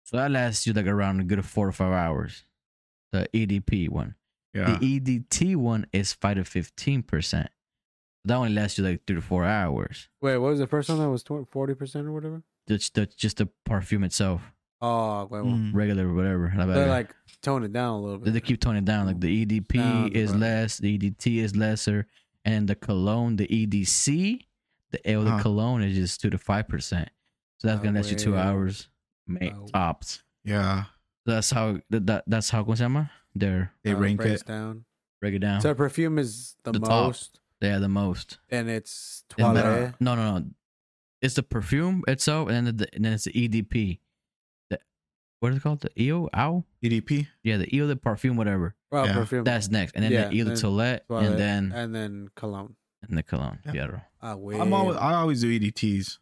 C: So that lasts you like around a good four or five hours. The EDP one.
E: E
D: Yeah.
C: The EDT one is five to 15 percent. That only lasts you like three to four hours.
E: Wait, what was the first one that was forty percent or whatever?
C: Just the just the perfume itself,
E: Oh, wait, well,
D: Mm.
C: regular whatever.
E: they like tone it down a little
C: They-
E: bit.
C: they keep toning it down. Like the EDP
E: Down,
C: is
E: right.
C: less, the EDT is lesser, and the cologne, the EDC, the L, the
D: Uh-huh.
C: cologne is just two to five percent. So that's
E: Ah,
C: gonna last you two
E: well.
C: hours, ma-
E: Ah, well.
C: tops.
D: Yeah.
C: That's how that, that that's how ¿cómo se llama? They're
D: They
E: Uh,
D: rank
E: breaks
D: it.
E: down.
C: break it down.
E: So perfume is the,
C: The top.
E: most,
C: they are the most.
E: and it's
C: And
E: toilet.
C: then- no, no, no. It's E the perfume itself, and then, the, and then it's the EDP. The, what is it called? The EO Ow?
D: EDP.
C: Yeah, the EO the perfume, whatever.
E: Well,
D: Yeah.
E: perfume.
C: That's next. And then
E: Yeah, Eh.
C: the EO the
E: and-
C: toilet,
E: well,
C: and then
E: and then cologne.
C: and the cologne.
D: Yeah.
C: Yeah.
E: Ah, wait.
D: I'm always I always do E EDTs.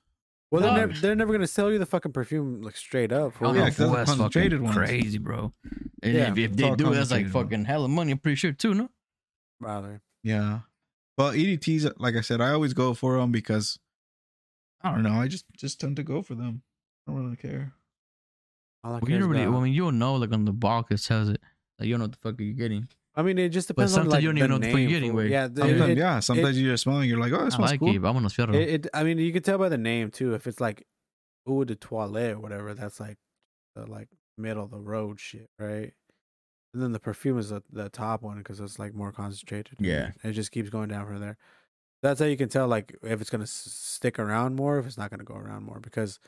E: well, they're,
C: No.
E: never, they're never gonna sell you the fucking perfume like straight up.
C: Oh,
E: fool.
D: yeah,
C: no,
D: 'cause those
C: fool,
D: are
C: that's
D: concentrated
C: fucking
D: ones.
C: crazy, bro. And
E: Yeah,
C: if, if
D: it's
C: they
D: all
C: do, that's like
D: concentrated ones.
C: fucking hella money. I'm pretty sure too, no?
E: Rather.
D: Yeah. But EDTs, like I said, I always go for them because I don't know. I just just tend to go for them. I don't really care.
E: All I,
C: Well,
E: care
C: you
E: is
C: don't really.
E: about-
C: Well, I mean, you'll know like on the box it says it. Like you don't know what the fuck you're getting.
E: I mean, it just depends on
C: sometimes
E: like
C: you don't
E: the
C: even know what the fuck
E: name,
C: you're getting,
E: fool.
C: wait.
E: Yeah, the-
D: Sometimes,
E: it-
D: yeah. Sometimes you just smell and you're like, oh, it
C: I
D: smells
C: like E
D: cool.
C: it. but I'm gonna feel it.
E: It, it, I mean, you can tell by the name too. If it's like eau de toilette or whatever, that's like the like middle of the road shit, right? And then the perfume is the, the top one because it's like more concentrated.
C: Yeah.
E: And it just keeps going down from there. That's how you can tell like if it's gonna s- stick around more, if it's not gonna go around more, because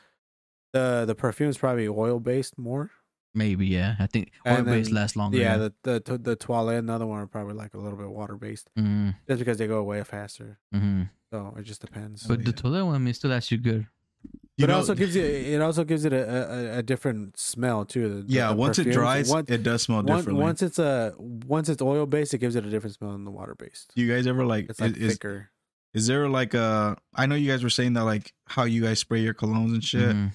E: the the perfume is probably oil based more.
C: Maybe yeah. I think
E: And
C: oil base
E: then-
C: lasts longer.
E: yeah, the the to- the toilette and the other one are probably like a little bit water based,
C: mm,
E: just because they go away faster.
C: hmm
E: So it just depends.
C: But the
D: yeah.
C: toilet one I mean, still lasts you good.
D: You
E: but it
D: know-
E: also gives you it also gives it a, a, a different smell too. The- the-
D: yeah.
E: the
D: once it
E: perfumes.
D: dries,
E: Once-
D: it does smell
E: one-
D: differently.
E: once it's a once it's oil based, it gives it a different smell than the water based.
D: Do you guys ever like?
E: It's like
D: is,
E: thicker.
D: is there like a? I know you guys were saying that like how you guys spray your colognes and shit.
C: Mhm.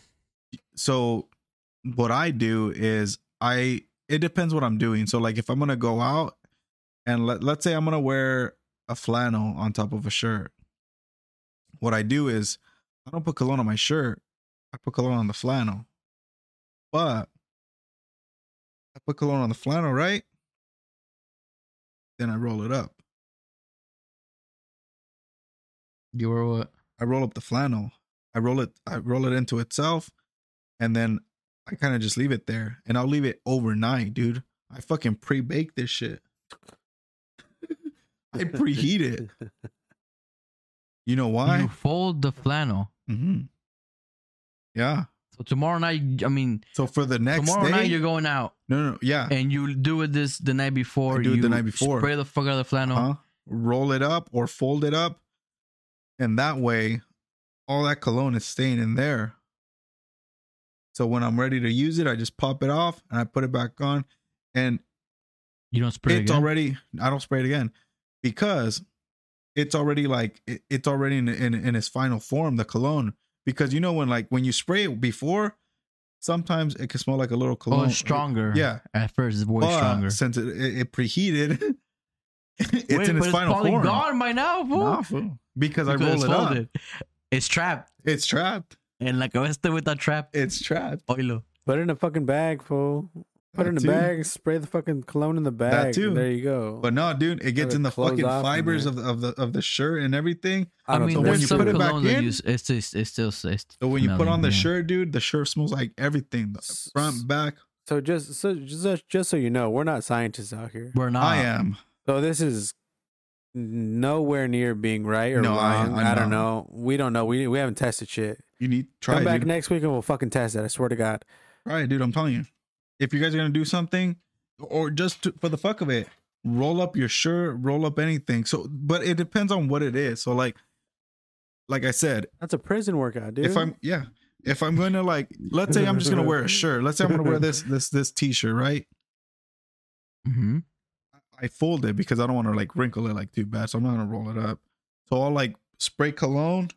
D: so what I do is I it depends what I'm doing. So like if I'm gonna go out and let let's say I'm gonna wear a flannel on top of a shirt, what I do is I don't put cologne on my shirt. I put cologne on the flannel. But I put cologne on the flannel, right? Then I roll it up.
C: You were uh, what?
D: I roll up the flannel. I roll it. I roll it into itself, and then I kind of just leave it there, and I'll leave it overnight, dude. I fucking pre-bake this shit. I preheat it. You know
C: You
D: why?
C: fold the flannel.
D: hmm Yeah.
C: So tomorrow night, I mean,
D: So for the next
C: tomorrow
D: day,
C: night you're going out
D: no, no, yeah,
C: and you do it this the night before.
D: I do it the
C: you
D: night before.
C: Spray the fuck out of the flannel.
D: huh? Uh-huh. Roll it up or fold it up, and that way, all that cologne is staying in there. So when I'm ready to use it, I just pop it off and I put it back on, and
C: You don't spray it
D: it's
C: again?
D: already. I don't spray it again because it's already like it, it's already in, in in its final form. The cologne because you know when like when you spray it before, sometimes it can smell like a little
C: Oh,
D: cologne.
C: it's stronger.
D: Yeah,
C: At first, it's way
D: but
C: stronger.
D: since it, it, it preheated, it's
C: Wait,
D: in
C: but
D: its final
C: probably
D: form.
C: gone by now, fool.
D: Nah, fool. Because, I
C: Because
D: roll
C: it's
D: it up.
C: folded. It's trapped.
D: It's trapped.
C: And like I was still with that trap.
D: It's trapped.
C: Oilo.
E: Put it in a fucking bag, fool. Put it in
D: That
E: a
D: too.
E: bag. Spray the fucking cologne in the bag. and
D: too.
E: There you go.
D: But no, dude, it gets
E: it
D: in the
E: closed
D: fucking
E: off in
D: fibers
E: there.
D: of the, of the of the shirt and everything.
E: I
C: I
E: don't
C: mean,
D: know.
E: think
C: there's
D: When you
C: some
D: put it back
C: cologne that
D: in-
C: you s- it's just it's still it's
D: So when you put
C: smelling,
D: on the
C: yeah.
D: shirt, dude, the shirt smells like everything. The front, back.
E: so just so just just so you know, we're not scientists out here.
C: we're not.
D: I am.
E: So this is nowhere near being right or
D: No, I-
E: wrong.
D: I'm
E: I,
D: not.
E: don't know. We don't know. We we haven't tested shit.
D: You need try
E: Come
D: it,
E: back
D: dude.
E: next week and we'll fucking test it. I swear to God.
D: Try it, dude. I'm telling you. If you guys are gonna do something, or just to, for the fuck of it, roll up your shirt, roll up anything. So, but it depends on what it is. So, like, like I said,
E: That's a prison workout, dude.
D: if I'm yeah, if I'm gonna like, let's say I'm just gonna wear a shirt. Let's say I'm gonna wear this this this t-shirt, right?
C: hmm
D: I fold it because I don't want to like wrinkle it like too bad, so I'm not gonna roll it up. So I'll like spray cologne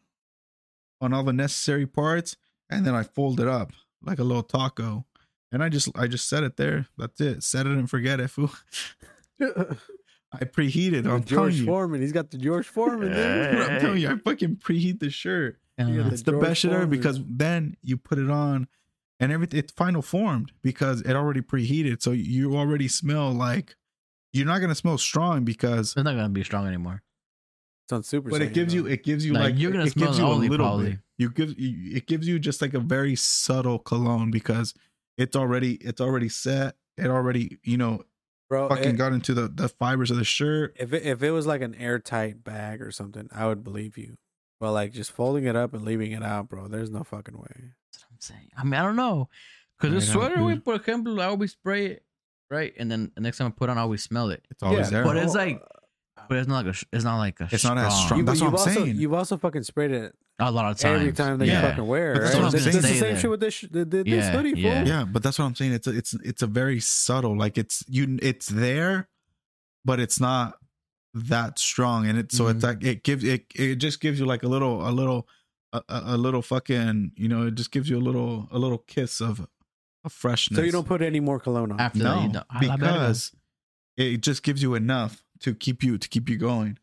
D: on all the necessary parts, and then I fold it up like a little taco, and I just I just set it there. That's it. Set it and forget it. Fool. I preheat it. I'm telling
E: George
D: you.
E: Foreman. He's got the George Foreman. dude.
D: I'm telling you. I fucking preheat the shirt.
C: Yeah.
D: it's the
E: George
D: best shit ever
E: Foreman.
D: because then you put it on and everything it's final formed because it already preheated so you already smell like you're not gonna smell strong because
C: It's not gonna be strong anymore.
E: It's on Super.
D: but it
E: Saiyan,
D: gives
E: though.
D: you it gives you
C: Like,
D: like,
C: you're gonna
D: it
C: smell
D: gives you a
C: only
D: little
C: probably.
D: bit you give you, it gives you just like a very subtle cologne because it's already it's already set it already you know
E: bro.
D: fucking
E: Oh, it-
D: got into the the fibers of the shirt
E: if it, if it was like an airtight bag or something, I would believe you. But like just folding it up and leaving it out, bro. There's no fucking way.
C: That's what I'm saying. I mean, I don't know. Cause the
D: I don't
C: sweater,
D: know.
C: we, for example, I always spray it, right? And then the next time I put it on, I always smell it.
D: it's always there
C: But it's like- But it's not like a. sh- It's not like a.
D: It's not as strong.
E: You-
D: That's what
E: you've
D: I'm
E: also,
D: saying.
E: You've also fucking sprayed it
C: a lot of times.
E: every time that
C: yeah.
E: you fucking wear.
D: But
E: Right?
D: that's what I'm
E: It's,
D: saying.
E: it's the
D: Stay
E: same
C: there.
E: shit with this sh- th- th- this
C: Yeah,
E: hoodie, fool.
C: yeah.
D: yeah but that's what i'm saying it's a, it's it's a very subtle like it's you it's there but it's not that strong and it so it's
C: Mhm.
D: like it gives it it just gives you like a little a little a, a a little fucking you know it just gives you a little a little kiss of of freshness
E: So you don't put any more cologne on.
C: After that,
D: no
C: you don't. I love that.
D: because it just gives you enough to keep you to keep you going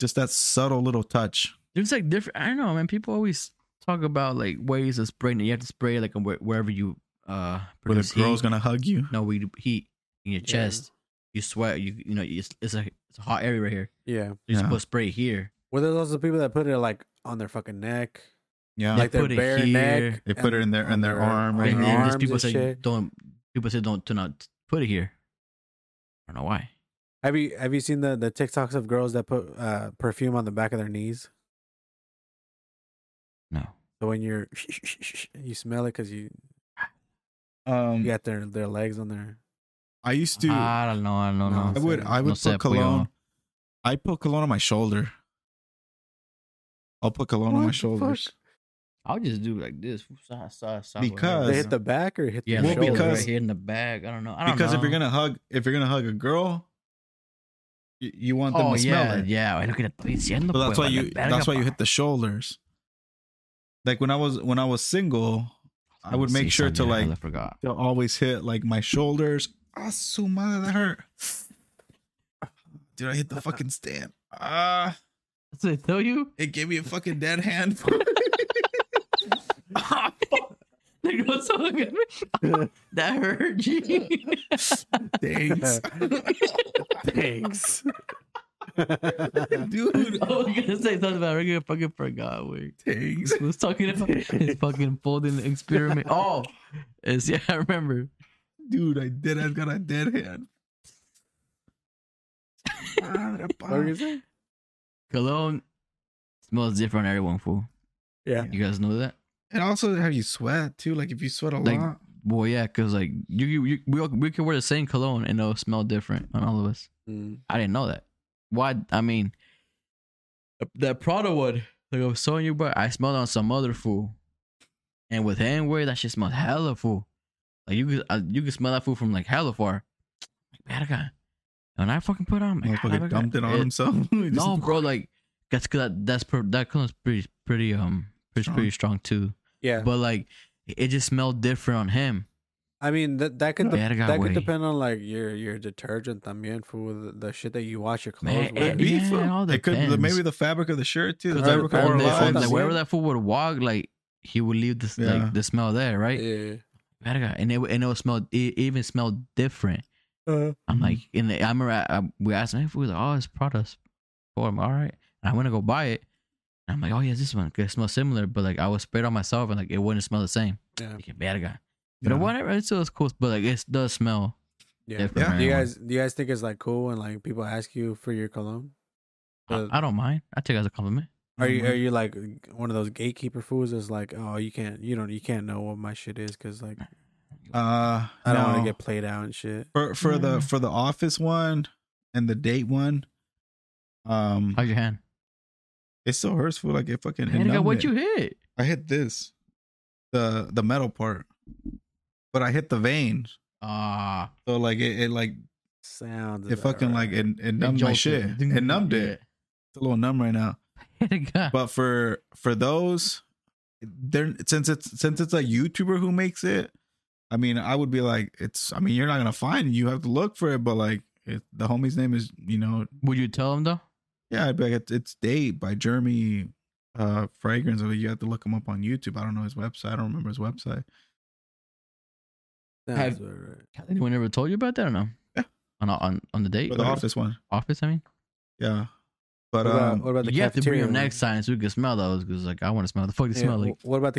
D: just that subtle little touch
C: There's like different. I don't know, man. People always talk about like ways of spraying. it. You have to spray like where- wherever you uh
D: where
C: produce
D: the girl's
C: heat.
D: gonna hug you
C: no we heat in your
E: Yeah.
C: chest. You sweat. You you know it's, it's a it's a hot area right here.
E: Yeah.
C: You're
D: Yeah.
C: supposed to spray here.
E: Well, there's also people that put it like on their fucking neck,
D: yeah
C: They
E: like their
C: put it
E: bare
C: here.
E: neck.
D: They put it in their- in their arm,
E: on
D: right
C: and
E: their
D: here.
C: then
E: arms
C: these people
E: and
C: say
E: shit.
C: don't. People say don't to not put it here. I don't know why.
E: Have you have you seen the the TikToks of girls that put uh, perfume on the back of their knees?
C: No.
E: So when you're you smell it because you
D: um
C: Mm.
E: you got their their legs on there.
D: i used to
C: I don't know. I don't know.
E: No.
D: I would I
C: Ah, No
D: would
C: sé,
D: put cologne.
C: pollo.
D: I put cologne on my shoulder. I'll put cologne
E: What
D: on my
E: the
D: shoulders.
E: fuck?
C: I'll just do like this. Side, side, side,
D: Because-
E: They hit the back or hit
C: yeah,
E: the
D: Well,
C: like
E: shoulder.
C: because
D: because-
C: right here in the bag. I don't know. I don't
D: Because
C: know.
D: if you're gonna hug, if you're gonna hug a girl, you, you want them
C: oh
D: to
C: yeah,
D: smell it.
C: yeah. Ay, lo que le estoy diciendo,
D: So that's
C: pues,
D: why
C: vale
D: you
C: verga,
D: that's why you
C: pa.
D: hit the shoulders. Like when I was when I was single, I would
C: Let's
D: make
C: see
D: sure to,
C: something.
D: like-
C: I forgot.
D: to always hit like my shoulders. Ah, su madre, that hurt. Dude, I hit the fucking stand. Ah.
C: That's what I tell you.
D: it gave me a fucking dead hand.
C: Ah, fuck. Like, what's up with me? that hurt, G.
D: Thanks.
E: Thanks.
D: Dude,
C: I was gonna say something, but I already fucking forgot. Wait,
D: thanks.
C: who was talking about his fucking folding experiment? Oh, it's, yeah, I remember.
D: Dude, I did. I've got a dead hand. Padre,
E: What were you
D: padre.
E: saying?
C: Cologne smells different on everyone, fool.
E: Yeah.
C: You guys know that?
D: and also how you sweat too. Like if you sweat a
C: Like-
D: lot,
C: Boy, yeah, because like you, you, you we, all- we could wear the same cologne and it'll smell different on all of us.
E: Mm.
C: I didn't know that. Why? I mean, that Prada one, like I was telling you, bro, I smelled on some other fool, and with hand wear, that shit smelled hella fool. Like you could, uh, you could smell that fool from like hella far. Like Verga. And I fucking put on, like,
D: motherfucker
C: verga.
D: dumped it on himself. Just-
C: No, bro, like that's cause that, that's per, that cologne's pretty pretty um pretty
D: Strong.
C: pretty strong too.
E: Yeah.
C: But like it just smelled different on him.
E: I mean that that could de-
C: Verga,
E: that
C: güey.
E: could depend on like your your detergent también for the, the shit that you wash your clothes
C: Man,
E: with.
C: it-
D: Beef,
C: yeah, it all
D: it could
C: depends.
D: maybe the fabric of the shirt too. The
C: Because
D: fabric
C: like,
E: Or
D: of
C: from
D: our
C: the- from
E: lives.
C: the-
D: lives.
E: that
C: wherever that fool would walk, like he would leave this
D: Yeah.
C: like the smell there, right?
E: Yeah.
C: Verga. And it and it would smell it even smelled different. I'm
D: Mhm.
C: like, and I remember I, I, we asked him if we like, oh, it's products for him. All right, and I went to go buy it. And I'm like, oh yeah, it's this one. 'Cause It smells similar, but like I was sprayed on myself and like it wouldn't smell the same.
E: Yeah.
C: Like, verga. But
D: Yeah.
C: whatever, it still is cool. But like it does smell
E: Yeah.
C: different.
D: Yeah.
C: on
E: Do you
C: everyone.
E: guys do you guys think it's like cool when like people ask you for your cologne? the-
C: I, I don't mind. I take it as a compliment.
E: Are you
D: Mhm.
E: are you like one of those gatekeeper fools? Is like, oh, you can't you don't you can't know what my shit is because like
D: Uh,
E: I don't want
D: no.
E: to get played out and shit.
D: for for
C: Yeah.
D: the for the office one and the date one. Um,
C: How's your hand?
D: it still hurts for like it fucking. it
C: Verga,
D: numbed
C: what
D: it.
C: you hit?
D: I hit this, the the metal part, but I hit the vein.
C: Ah,
D: So like it, it like
E: Sounds
D: it
E: about
D: fucking like
E: right.
D: it, it numbed my shit. It numbed it. It's a little numb right now.
C: Verga.
D: But for for those, they're since it's since it's a YouTuber who makes it. I mean, I would be like, it's. I mean, you're not gonna find. it. You have to look for it. But like, it, the homie's name is, you know,
C: Would you tell him though?
D: yeah. I'd be like, it's, it's date by Jeremy uh fragrance. I mean, you have to look him up on YouTube. I don't know his website. I don't remember his website.
E: Sounds
C: have-
E: about right.
C: Anyone ever told you about that or no?
D: Yeah.
C: On on on the date
D: But the
C: or
D: office one,
C: office, I mean.
D: yeah. But
E: what, about,
D: um,
E: what about the
C: you have to bring
E: cafeteria
C: them
E: one?
C: next time so we can smell those because like I want to smell the fuck they
E: Yeah,
C: smell like.
E: wh- What about the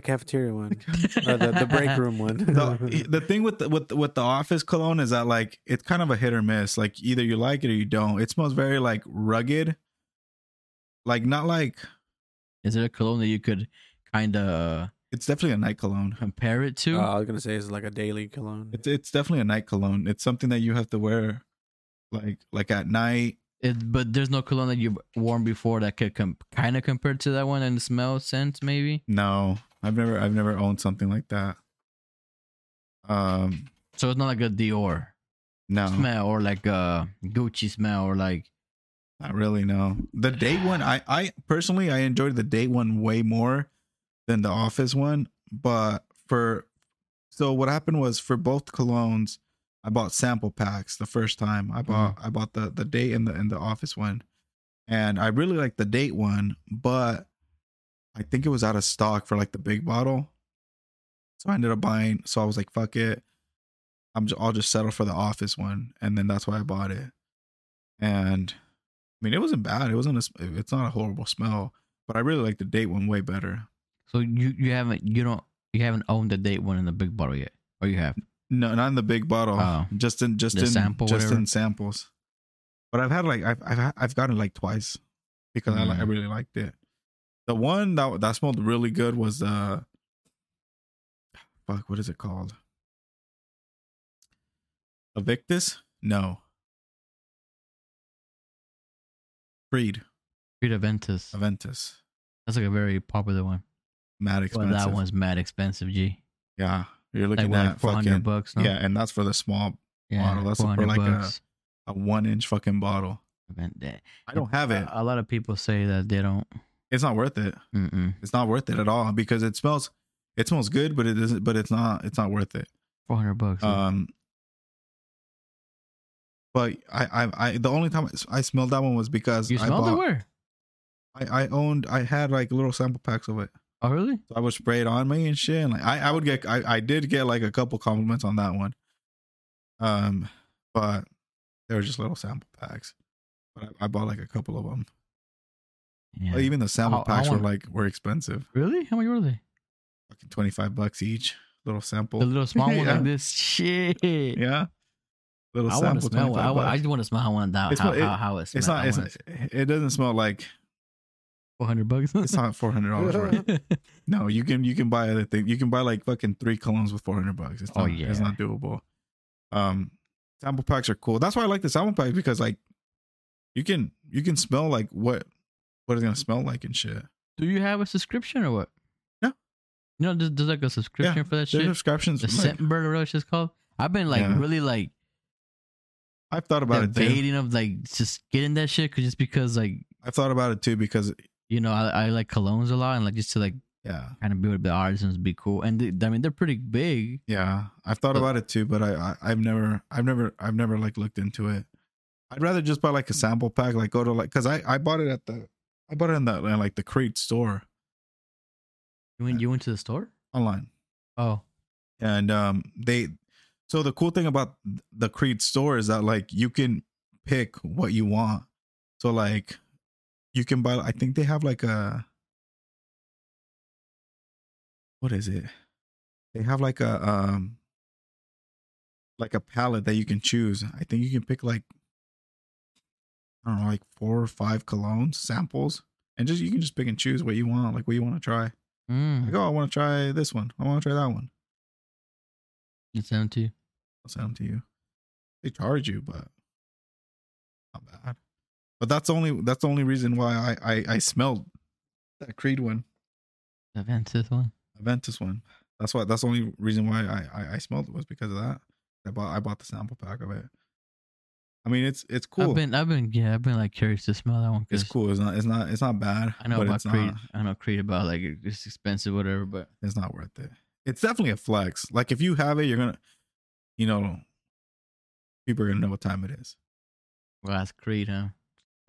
E: cafeteria one? or the, the break room one?
D: the, the thing with the, with the- with the office cologne is that like it's kind of a hit or miss. Like either you like it or you don't. It smells very like rugged. Like not like
C: Is there a cologne that you could kind of
D: it's definitely a night cologne.
C: compare it to?
E: Oh, I was gonna say it's like a daily cologne.
D: It's it's definitely a night cologne. It's something that you have to wear like like at night
C: It, but there's no cologne that you've worn before that could com- kind of compare to that one in smell sense, maybe.
D: No, I've never I've never owned something like that. Um,
C: So it's not like a Dior
D: no,
C: smell or like a Gucci smell or like
D: not really. No, the date one I I personally I enjoyed the date one way more than the office one. But for so what happened was for both colognes, I bought sample packs the first time. I bought I bought the the date and the and the office one, and I really liked the date one, but I think it was out of stock for like the big bottle. So I ended up buying. So I was like, "Fuck it, I'm just, I'll just settle for the office one," and then that's why I bought it. And I mean, it wasn't bad. It wasn't. A, sm- it's not a horrible smell, but I really like the date one way better.
C: so you you haven't you don't you haven't owned the date one in the big bottle yet, or you have?
D: No, not in the big bottle.
C: Oh.
D: just in just
C: The
D: in
C: sample,
D: just
C: whatever?
D: in samples. But I've had like I've I've, ha- I've gotten like twice because I like I
C: Mm.
D: really liked it. The one that that smelled really good was uh fuck what is it called? Evictus? No. Creed,
C: Frida Ventus.
D: Aventus,
C: That's like a very popular one.
D: mad expensive.
C: But that one's mad expensive, G.
D: yeah, you're
C: Like,
D: looking
C: what,
D: at
C: like 400
D: fucking
C: bucks. No?
D: yeah, and that's for the small
C: yeah
D: bottle. That's for
C: 400
D: like a-
C: bucks.
D: a one inch fucking bottle.
C: Event day.
D: I don't have it.
C: A, a lot of people say that they don't.
D: It's not worth it.
C: Mm-mm.
D: it's not worth it at all because it smells it smells good but it isn't but it's not it's not worth it
C: 400 bucks.
D: um but I, I i the only time i smelled that one was because
C: you
D: I,
C: smelled it
D: bought-
C: where?
D: I i owned i had like little sample packs of it
C: Oh, really?
D: so i would spray it on me and shit and like i i would get i i did get like a couple compliments on that one um but they were just little sample packs but i, I bought like a couple of them
C: Yeah. Oh,
D: even the sample
C: I- I
D: packs
C: want-
D: were like were expensive
C: really? How much were they?
D: fucking 25 bucks each little sample
C: The little small one
D: Yeah.
C: like this. Shit.
D: Yeah. Little
C: I want to
D: sample.
C: smell. one. I,
D: 25
C: wa- I
D: bucks.
C: just want to smell how one that
D: It's
C: how,
D: what- it-
C: how, how it smells.
D: it's not. It's, it doesn't smell like.
C: 400 bucks.
D: It's not four hundred dollars worth. No, you can you can buy other things. You can buy like fucking three colognes with four hundred bucks. It's
C: Oh,
D: not, It's
C: yeah.
D: not doable. Um, sample packs are cool. That's why I like the sample packs because like, you can you can smell like what what it's gonna smell like and shit.
C: Do you have a subscription or what?
D: No.
C: You know, there's, there's like a subscription for that
D: Their
C: shit.
D: subscriptions.
C: The
D: like,
C: scent bird or whatever it's called. I've been like
D: Yeah.
C: really like
D: I've thought about it too.
C: debating of like just getting that shit 'cause just because like
D: I've thought about it too because
C: you know I, I like colognes a lot and like just to like
D: yeah
C: kind of be with the artisans be cool and they, I mean they're pretty big.
D: Yeah, I've thought
C: But-
D: about it too, but I, I I've never I've never I've never like looked into it. I'd rather just buy like a sample pack, like go to like because I I bought it at the I bought it in the in, like the Crete store
C: You went you went to the store?
D: online,
C: Oh,
D: and um they so the cool thing about the Crete store is that like you can pick what you want. So like you can buy I think they have like a what is it? They have like a um like a palette that you can choose. I think you can pick like I don't know, like four or five colognes samples. And just you can just pick and choose what you want, like what you want to try.
C: mm.
D: Like, oh, I want to try this one. I want to try that one.
C: it's empty.
D: I'll send them to you. They charge you, but not bad. But that's the only that's the only reason why I I, I smelled that Creed one,
C: The Ventus one.
D: Aventus one. That's why that's the only reason why I I, I smelled it was because of that. I bought I bought the sample pack of it. I mean it's it's cool.
C: I've been I've been yeah I've been like curious to smell that one.
D: it's
C: 'cause
D: cool. It's not it's not it's not bad.
C: I know
D: but
C: about
D: it's
C: Creed.
D: not
C: I know Creed about like it's expensive whatever, but
D: it's not worth it. It's definitely a flex. Like if you have it, you're gonna you know people are gonna know what time it is.
C: well that's Creed, huh?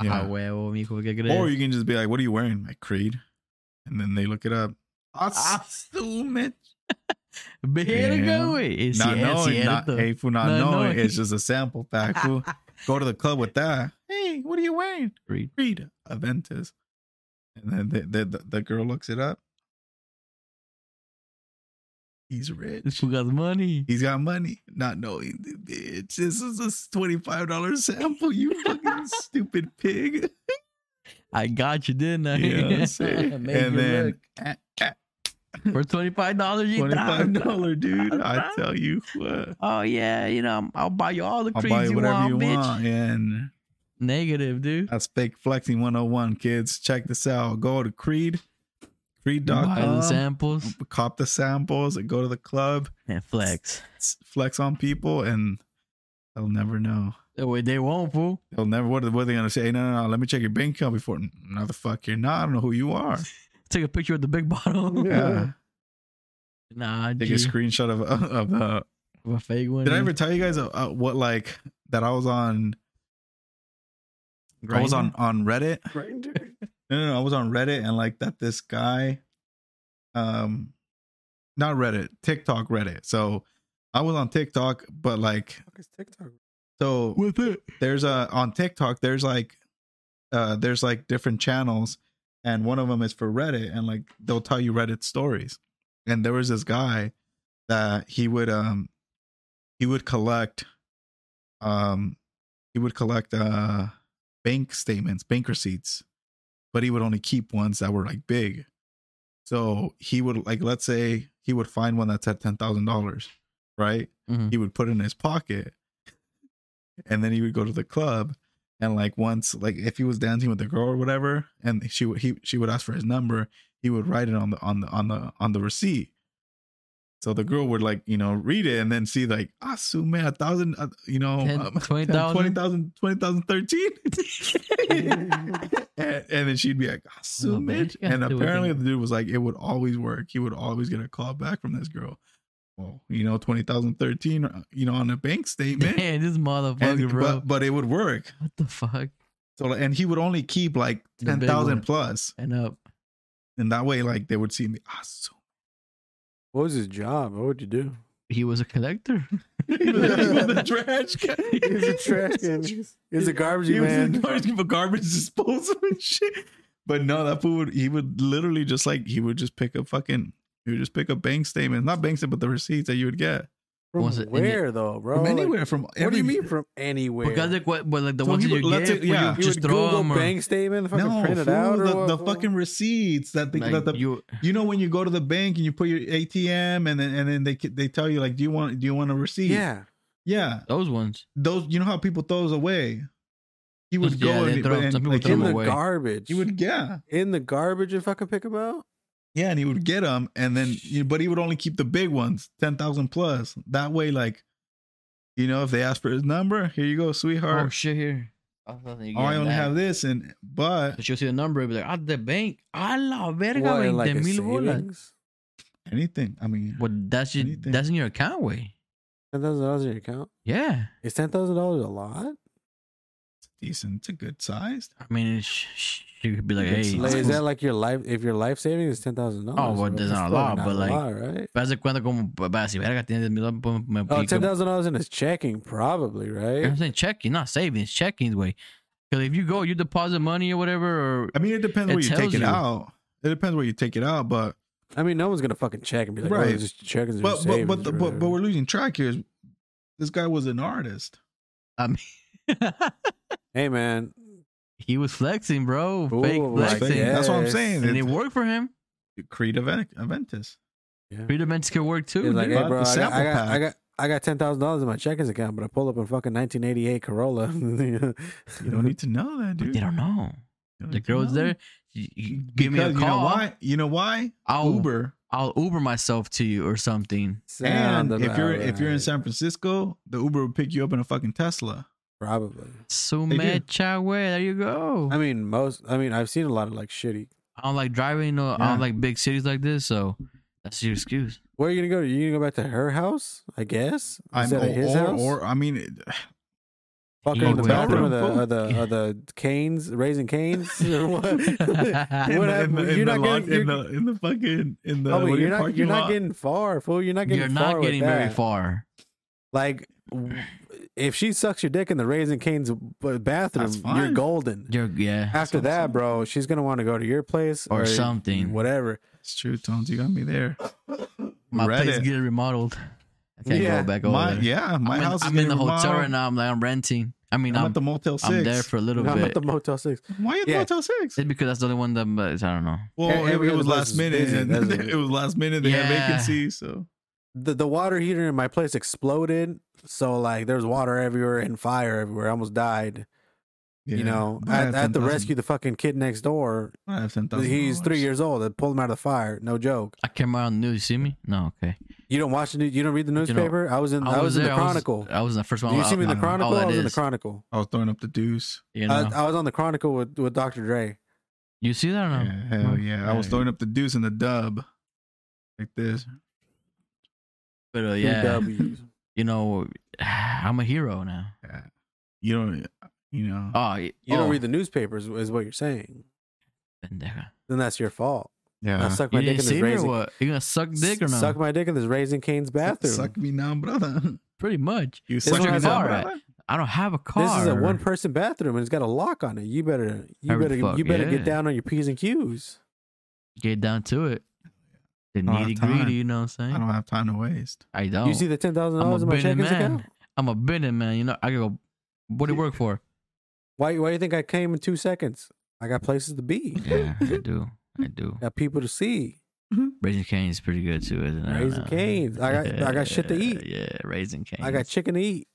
D: Yeah.
C: Ah, huevo, mijo, ¿qué
D: Or
C: crees?
D: you can just be like, "What are you wearing?" Like Creed, and then they look it up.
C: Ah.
D: Asume.
C: Verga, güey. Es cier-
D: Not
C: es
D: knowing, not,
C: cierto.
D: hey, fool, not
C: Not
D: knowing.
C: knowing.
D: It's just a sample pack. fool. Go to the club with that. Hey, what are you wearing?
C: Creed.
D: Creed Aventus. And then the, the, the, the girl looks it up. He's
C: This
D: rich.
C: fool got money.
D: He's got money. Not knowing, bitch. This is a twenty-five dollar sample. You fucking stupid pig.
C: I got you, didn't I?
D: You know what I'm saying?
C: I
D: and
C: made you
D: then
C: look. for twenty five dollars, you
D: Twenty-five
C: $25.
D: dollar, dude. I tell you what.
C: Oh yeah, you know I'm- I'll buy you all the
D: I'll
C: creeds
D: buy
C: you
D: whatever
C: want,
D: you
C: bitch.
D: want, and
C: Negative, dude.
D: That's fake flexing 101, kids. Check this out. Go to Creed,
C: Buy the
D: Creed.com,
C: samples
D: cop the samples, and go to the club,
C: and flex.
D: s- flex on people, and they'll never know.
C: That way they won't, fool.
D: They'll never. What, what are they gonna say? No, no, no. Let me check your bank account before. No, the fuck you're not. I don't know who you are.
C: Take a picture of the big bottle.
D: Yeah.
C: Nah,
D: Take
C: G,
D: a screenshot of of the.
C: of a fake one.
D: Did I
C: dude.
D: ever tell you guys uh, uh, what like that I was on? I was
C: Grindr?
D: on on Reddit.
E: Grinder.
D: No, no, no, I was on Reddit and like that this guy, um, not Reddit, TikTok Reddit. So I was on TikTok, but like
E: Fuck is TikTok?
D: so
C: with it.
D: there's a on TikTok there's like uh there's like different channels and one of them is for Reddit and like they'll tell you Reddit stories. And there was this guy that he would um he would collect um he would collect uh bank statements, bank receipts, but he would only keep ones that were like big. So he would like let's say he would find one that's at ten thousand dollars, right?
C: Mhm.
D: He would put it in his pocket and then he would go to the club and like once like if he was dancing with a girl or whatever and she would he she would ask for his number he would write it on the on the on the on the receipt so the girl would like you know read it and then see like asume a thousand uh, you know
C: Ten-
D: um,
C: 20,000?
D: 20,000 20,000 13 and, and then she'd be like
C: Little
D: asume
C: bitch,
D: it.
C: yeah, do
D: and
C: it
D: apparently
C: then.
D: the dude was like it would always work he would always get a call back from this girl well you know 20,013 uh, you know on a bank statement
C: Damn, this
D: and-
C: motherfucker, bro.
D: but, but it would work
C: what the fuck?
D: so like, and he would only keep like
C: The
D: ten
C: big
D: thousand
C: one.
D: plus,
C: And up.
D: and that way like they would see me. Ah, so
E: What was his job? What would you do?
C: He was a collector.
D: he was a trash can.
E: He was a trash can. He was a garbage
D: He was a
E: man.
D: garbage, for garbage disposal and shit. But no, that fool would he would literally just like he would just pick up fucking he would just pick up bank statements, not bank statements, but the receipts that you would get
E: From
C: Was it in
E: where though, bro?
D: from
E: Like,
D: anywhere from.
E: what do
D: every-
E: you mean from anywhere?
C: Because like what, but like the
D: So
C: ones
D: he
C: that
D: would-
C: you
D: let's
C: get,
D: say- yeah.
C: yeah,
D: You
C: you just
E: would
C: throw
E: Google
C: them or
E: bank statement, fucking
D: No,
E: print it
D: fool,
E: out, or
D: the,
E: what,
D: the
E: fool?
D: fucking receipts that they,
C: like,
D: that the
C: you.
D: you know when you go to the bank and you put your ATM and then and then they they tell you like do you want do you want a receipt?
E: yeah.
D: Yeah.
C: Those ones.
D: Those you know how people throw those away. He would
C: Yeah,
D: go
C: they
D: and,
C: throw-
D: and,
C: some people
D: like,
C: throw
D: he
E: In
C: them
D: would-
E: the
C: away.
E: garbage.
D: he would yeah.
E: in the garbage and fucking pick them out.
D: Yeah, and he would get them and then you but he would only keep the big ones, 10,000 plus. That way like you know if they ask for his number, here you go,
C: Oh
D: sweetheart.
C: shit! Here. I thought you
D: oh, I
C: gave
D: only
C: that.
D: have this and but
C: But you'll see the number. It'll be like, at the bank. A la verga,
E: What, in, like, a
C: 20,000 bolas.
E: savings?
D: anything. I mean,
C: But that's your,
D: Anything.
C: that's in your account way.
E: Ten thousand dollars in your account?
C: Yeah.
E: Is ten thousand dollars a lot?
D: it's decent. It's a good size.
C: I mean, it's, sh- you could be like,
D: It's
C: hey,
E: Like, is
D: suppose-
E: that like your life? If your life savings is ten thousand dollars?
C: Oh, well, that's not a lot, but, like-
E: right?
C: vas de cuenta como, vas y verga, tienes mil me- me
E: Oh,
C: pico.
E: ten thousand dollars in his checking, probably,
C: You know what I'm
E: right?
C: saying checking, not savings, checking way. Because if you go, you deposit money or whatever, or
D: I mean, it depends
C: It
D: where you
C: tells
D: take it
C: you.
D: out. It depends where you take it out, but
E: I mean, no one's gonna fucking check and be like, right.
D: Right.
E: "Oh, just check and
D: but but
E: savings."
D: but, the,
E: or
D: but but
E: whatever."
D: we're losing track here. This guy was an artist.
E: hey, man,
C: he was flexing, bro.
E: Ooh,
C: Fake
E: like,
C: flexing.
D: yeah. That's what I'm saying.
C: And it worked for him.
D: Creed Aven- Aventus.
E: Yeah.
C: Freedom Benz could work too.
E: It's like,
C: dude.
E: hey,
D: Bought
E: bro,
D: the
E: I got,
D: sample
E: I got, I
D: pack.
E: got, I got ten thousand dollars in my checkings account, but I pull up a fucking nineteen eighty eight Corolla. you
D: You don't need to know that, dude.
C: they don't know.
D: You
C: The
D: don't need to
C: girl's
D: know.
C: there. You, you give me a
D: Because
C: call. Oh.
D: You know why? You know why?
C: I'll
D: Uber.
C: I'll Uber myself to you or something.
E: Sound
D: And if
E: about
D: you're if you're in
E: right.
D: San Francisco, the Uber would pick you up in a fucking Tesla.
E: probably.
C: So
D: They do.
C: mecha way. There you go.
E: I mean, most. I mean, I've seen a lot of like shitty.
C: I don't like driving. No, I
D: Yeah.
C: don't like big cities like this. So that's your excuse.
E: Where are you gonna go? you gonna go back to her house? I guess instead
D: or,
E: of his
D: or,
E: house.
D: or I mean, it-
E: Fuck
C: He
E: in the
C: would.
E: bathroom of the,
D: Bathroom,
E: of the of the canes, raising canes. or what?
D: in
E: What
D: the- in
E: happened?
D: the-
E: You're
D: in the
E: not
D: lot-
E: getting-
D: in
E: you're-
D: the in the fucking in the
E: Oh, but
D: what do
E: you're
D: you-
E: not
D: parking
E: you're not
D: lot.
E: getting far, fool. You're not getting
C: You're
E: far
C: not
E: with
C: getting very
E: that.
C: far.
E: Like w- if she sucks your dick in the raising canes b- bathroom,
D: That's
E: you're
D: fine.
E: golden.
C: You're yeah.
E: After
D: what I'm
E: that,
D: saying.
E: bro, she's gonna want to go to your place
C: Or something.
E: whatever.
D: It's true, Tones. You got me there.
C: My place
D: Reddit.
C: getting remodeled. I can't
E: Yeah.
C: go back over.
D: My
C: there.
D: yeah, my
C: I'm in,
D: house. is
C: I'm in the
D: getting
C: hotel
D: remodeled.
C: right now. I'm like I'm renting. I mean,
D: I'm,
C: I'm
D: at the Motel Six.
C: I'm there for a little
E: No, I'm
C: bit.
E: at the Motel Six.
D: Why are you at
E: Yeah.
D: the Motel Six?
C: It's because that's the only one that uh, is- I don't know.
D: Well,
E: Every
D: it, it
E: other
D: was
E: place
D: last
E: is
D: minute.
E: busy,
D: and
E: that's it.
D: it was last minute. They had
C: Yeah.
D: vacancy, so
E: the the water heater in my place exploded, so like there was water everywhere and fire everywhere. I almost died. you know,
D: But
E: I, I
D: have
E: have to
D: 10,000
E: rescue the fucking kid next door.
D: I have ten thousand.
E: He's three years old. I pulled him out of the fire. No joke.
C: I came around new. You see me? No, okay.
E: You don't watch the news. You don't read the
C: know,
E: newspaper. I was in. I, was in
C: there,
E: the Chronicle.
C: I was, I was in the first one.
E: Do you see me in the
C: I- I- all
E: Chronicle?
C: that
E: I was in the
C: is,
E: Chronicle.
D: I was throwing up the deuce.
C: You know,
E: I, I was on the Chronicle with, with Dr. Dre.
C: you see
E: Oh,
C: that or no?
D: Yeah, hell yeah! I was
C: Hey.
D: throwing up the deuce in the dub, like this.
C: But uh,
E: Two
C: yeah,
E: W's.
C: you know, I'm a hero now.
D: Yeah. You don't, you know.
C: Oh,
E: You don't read the newspapers, is what you're saying.
C: Pendeja.
E: Then that's your fault. I
D: yeah.
E: suck my
C: You
E: dick
C: didn't
E: in
C: see
E: this
C: me or
E: raising.
C: what? You gonna suck dick or no?
E: Suck my dick in this Raising Cane's bathroom.
D: Suck me now, brother.
C: Pretty much.
D: You
E: is
D: suck
E: where
D: me
E: it's
D: now,
E: all
C: at.
D: brother.
C: I don't have a car.
E: This is a one person bathroom and it's got a lock on it. You better you
C: Every
E: better
C: fuck,
E: you better
C: yeah.
E: get down on your P's and Q's.
C: Get down to it. The
D: don't have
C: needy
D: time.
C: greedy, you know what I'm saying?
D: I don't have time to waste.
C: I don't.
E: You see the ten thousand
C: Oh, I'm
E: dollars
C: a
E: in my
C: bidding
E: checkings
C: man.
E: account?
C: I'm a bidding man. You know, I could go. What do you work for?
E: Why why do you think I came in two seconds? I got places to be.
C: yeah, I do. I do.
E: Got people to see.
C: Raising Cane's pretty good too, isn't it? I don't
E: Raising
C: know.
E: Cane's. I got- I got shit to
C: Yeah,
E: eat.
C: Yeah, Raising Cane's.
E: I got chicken to eat.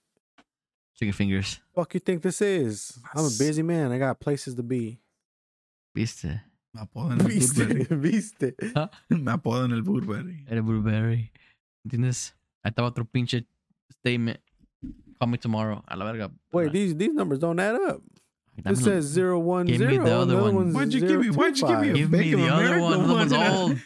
C: chicken fingers.
E: Fuck you think this is? I'm a busy man. I got places to be.
C: Viste.
D: Me apodan el Burberry.
E: Viste.
D: Me apodan el Burberry.
C: Era Burberry. ¿Entiendes? Ahí estaba otro pinche statement. Call me tomorrow. A la verga.
E: Wait, these these numbers don't add up.
C: Dame
E: It
C: la-
E: says zero one
C: Give me
E: zero.
C: the other
E: another
C: one.
E: one's
D: Why'd you give me- why'd you give me
E: 025.
C: Give
D: Bank
C: me
D: of
C: the other
D: America
C: one. That
D: one
C: one's
D: and a-
C: old.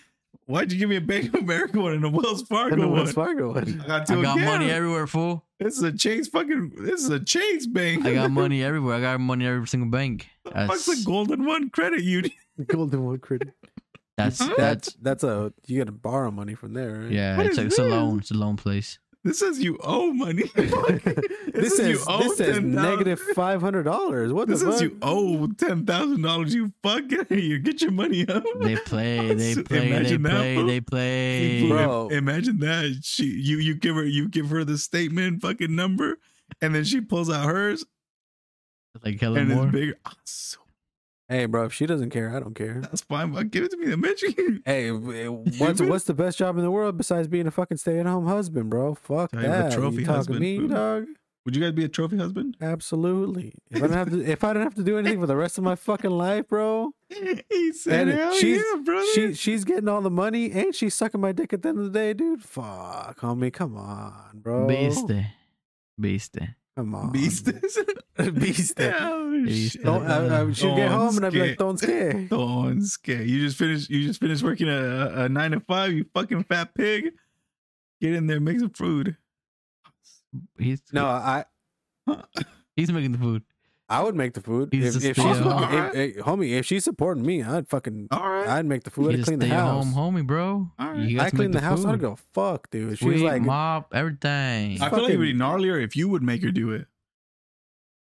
D: Why'd you give me a Bank of America one and a Wells Fargo
E: And the
D: one?
E: Wells Fargo one.
D: I got two
C: I got money
D: accounts.
C: everywhere, fool.
D: This is a Chase fucking. This is a Chase bank.
C: I got money everywhere. I got money every single bank.
D: Fuck's
C: That's
D: a Golden One Credit Union.
E: Golden One Credit.
C: that's,
E: That's
C: that's
E: that's a you gotta borrow money from there, right?
C: yeah.
D: What
C: It's,
D: is
C: it's a
D: this?
C: loan. It's a loan place.
D: This says you owe money. is
E: this
D: you
E: says
D: owe
E: this says
D: 10,000.
E: negative five hundred dollars. What
D: This
E: the
D: is
E: fuck?
D: you owe ten thousand dollars. You fucking you get your money up.
C: They play. They play. They
D: Imagine that,
C: play.
D: fool.
C: They play.
E: Bro.
D: Imagine that. She you you give her you give her the statement fucking number, and then she pulls out hers
C: Like Hello
D: and
C: Moore.
D: it's bigger. Ah, so
E: Hey, bro, if she doesn't care, I don't care.
D: that's fine. But give it to me. Imagine.
E: Hey, w- what's
D: Stupid.
E: what's the best job in the world besides being a fucking stay at home husband, bro? Fuck
D: Tell you what,
E: that. You
D: trophy
E: talking
D: husband.
E: me, dog?
D: Would you guys be a trophy husband?
E: Absolutely. If I don't have to, if I don't have to do anything for the rest of my fucking life, bro,
D: He said,
E: And
D: "Hell
E: she's-
D: yeah, brother."
E: she she's getting all the money and she's sucking my dick at the end of the day, dude. Fuck, homie, come on,
D: Oh.
E: bro.
C: Viste. Viste.
E: Come on,
D: beast.
E: Beast.
D: Oh,
C: Beast.
D: shit.
E: Don't, I, I, she'd get
D: Don't
E: home and I'd be
D: scare-
E: like, "Don't scare."
D: Don't scare. You just finished. You just finished working a, a- a nine to five. You fucking fat pig. Get in there, make some food.
C: He's
E: No, I
C: He's making the food.
E: I would make the food
C: He's
E: if,
C: a
E: if she's
D: stay-at-home.
E: if, if, homie. If she's supporting me, I'd fucking
D: All right.
E: I'd make the food.
C: He's
E: I'd
C: a
E: clean the
C: stay at
E: house.
C: home homie, bro.
D: All right.
C: You got
E: I
C: to
E: clean
C: make
E: the house. I don't
C: food.
E: give a fuck, dude. She's
C: Sweep,
E: like,
C: mop, everything.
D: I feel like
E: fucking-
D: it would be gnarlier if you would make her do it.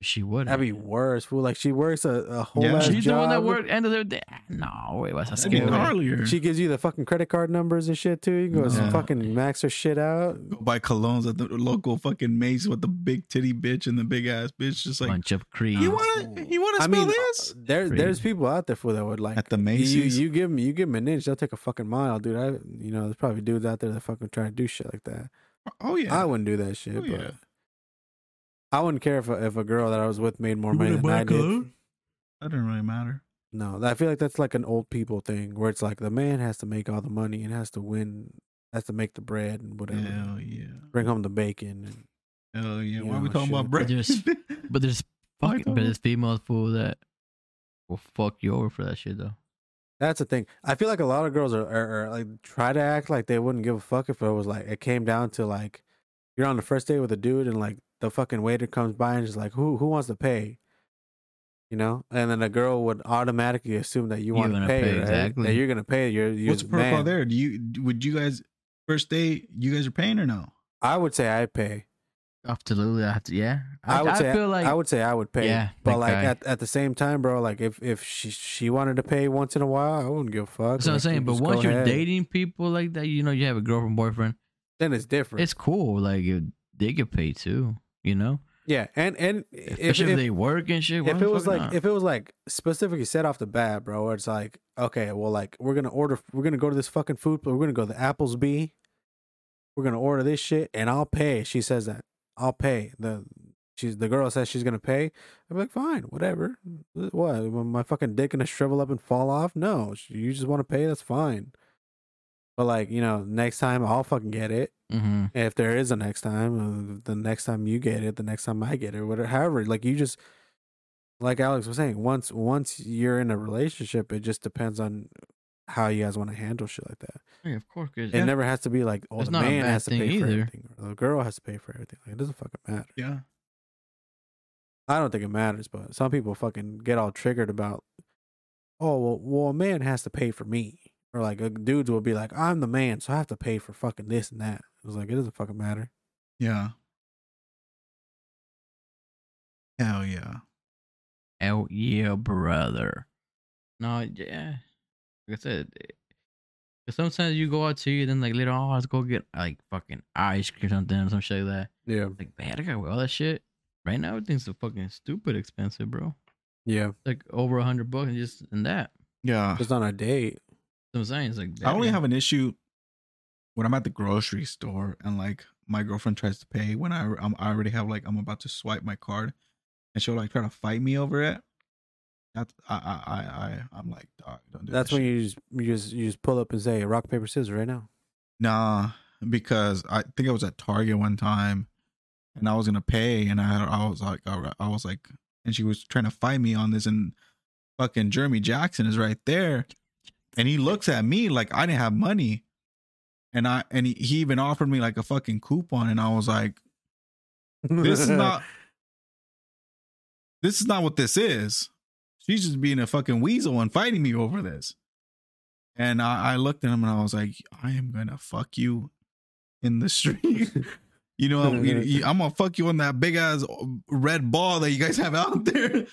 C: she would.
E: that'd be worse. Fool, like she works a, a whole
D: Yeah.
E: ass
C: She's the one that
E: job.
C: worked end of the day. Ah, No, wait, what's that?
D: That'd be
E: Yeah.
C: scary?
D: gnarlier.
E: She gives you the fucking credit card numbers and shit too. You can go
D: No.
E: fucking max her shit out.
D: Go buy colognes at the local fucking mace with the big titty bitch and the big ass bitch. Just like
C: Bunch of cream.
D: you wanna, you wanna
E: I
D: smell
E: mean, uh,
D: this
E: there
C: Crazy.
E: there's people out there fool that would like
D: at the
E: you, you
D: Macy's?
E: you give them you give them an inch, they'll take a fucking mile, dude. I you know there's probably dudes out there that fucking trying to do shit like that.
D: oh yeah,
E: I wouldn't do that shit,
D: Oh,
E: but
D: yeah.
E: I wouldn't care if a, if a girl that I was with made more
D: You
E: money
D: wanna
E: than
D: buy
E: I
D: a
E: did.
D: cologne? That doesn't really matter.
E: No, I feel like that's like an old people thing where it's like the man has to make all the money and has to win, has to make the bread and whatever,
D: Hell yeah,
E: bring home the bacon. And,
D: hell yeah.
E: You
D: Why are we
E: know,
D: talking about
E: shit.
D: bread?
C: Just- But there's
D: Why
C: fucking,
D: don't
C: but there's females fool that will fuck you over for that shit though.
E: that's the thing. I feel like a lot of girls are, are, are like try to act like they wouldn't give a fuck if it was like it came down to like you're on the first date with a dude and like the fucking waiter comes by and just like who who wants to pay. You know, and then a girl would automatically assume that you
C: You're
E: want to
C: gonna
E: pay,
C: pay,
E: right?
C: exactly.
E: That you're gonna pay. You're, you're
D: What's the
E: the
D: protocol
E: man.
D: there? Do you would you guys first date? You guys are paying or no?
E: I would say I pay.
C: Absolutely, I have to. Yeah,
E: I, would say
C: feel like
E: I would say I would pay.
C: Yeah,
E: but
C: like I-
E: like at, at the same time, bro, like if if she she wanted to pay once in a while, I wouldn't give a fuck.
C: That's what I'm
E: Like,
C: saying.
E: you
C: But
E: just
C: once
E: go
C: you're
E: ahead.
C: dating people like that, you know, you have a girlfriend, boyfriend.
E: then it's different.
C: It's cool. Like if they could pay too. You know,
E: yeah, and and if if,
C: especially if, they work and shit. why
E: if
C: the
E: it was
C: fuck
E: like
C: not?
E: if it was like specifically set off the bat, bro, where it's like okay, well, like we're gonna order, we're gonna go to this fucking food, but we're gonna go to Apple's B. We're gonna order this shit, and I'll pay. She says that I'll pay the. she's the girl says she's gonna pay. I'm like, fine, whatever. uh, What? am My fucking dick gonna shrivel up and fall off? No, you just want to pay. That's fine. But like, you know, next time I'll fucking get it.
C: Mm-hmm.
E: If there is a next time, uh, the next time you get it, the next time I get it, whatever. However, like you just, like Alex was saying, once once you're in a relationship, it just depends on how you guys want to handle shit like that.
C: Yeah, of course. 'cause-
E: It never has to be like, oh,
C: It's
E: the
C: not a
E: man
C: bad
E: has to
C: thing
E: pay for
C: either.
E: everything, or the girl has to pay for everything. Like, it doesn't fucking matter.
D: Yeah.
E: I don't think it matters, but some people fucking get all triggered about, oh, well, well a man has to pay for me. Or like uh, dudes will be like, I'm the man, so I have to pay for fucking this and that. It was like, it doesn't fucking matter.
D: Yeah. Hell yeah.
C: Hell Oh, yeah, brother. No, yeah. Like I said, it- 'cause sometimes you go out to you, then like later on, oh, let's go get like fucking ice cream or something or some shit like that.
E: Yeah.
C: Like, man, I got all that shit. Right now, everything's so fucking stupid expensive, bro.
E: Yeah.
C: Like over a hundred bucks and just and that.
D: Yeah.
E: Just on a date.
C: So I'm saying, it's like
D: I only have an issue when I'm at the grocery store and like my girlfriend tries to pay when I I'm, I already have like I'm about to swipe my card and she'll like try to fight me over it. That's I I I, I I'm like dog, don't do
E: That's
D: that
E: when
D: shit."
E: you just, you just you just pull up and say rock paper scissors right now.
D: Nah, because I think I was at Target one time, and I was gonna pay, and I I was like, all right, I was like, and she was trying to fight me on this, and fucking Jeremy Jackson is right there, and he looks at me like I didn't have money, and I and he, he even offered me like a fucking coupon, and I was like, this is not, this is not what this is. She's just being a fucking weasel and fighting me over this. And I, I looked at him and I was like, I am gonna fuck you in the street. you know, I'm, you- you- I'm gonna fuck you on that big ass uh, red ball that you guys have out there.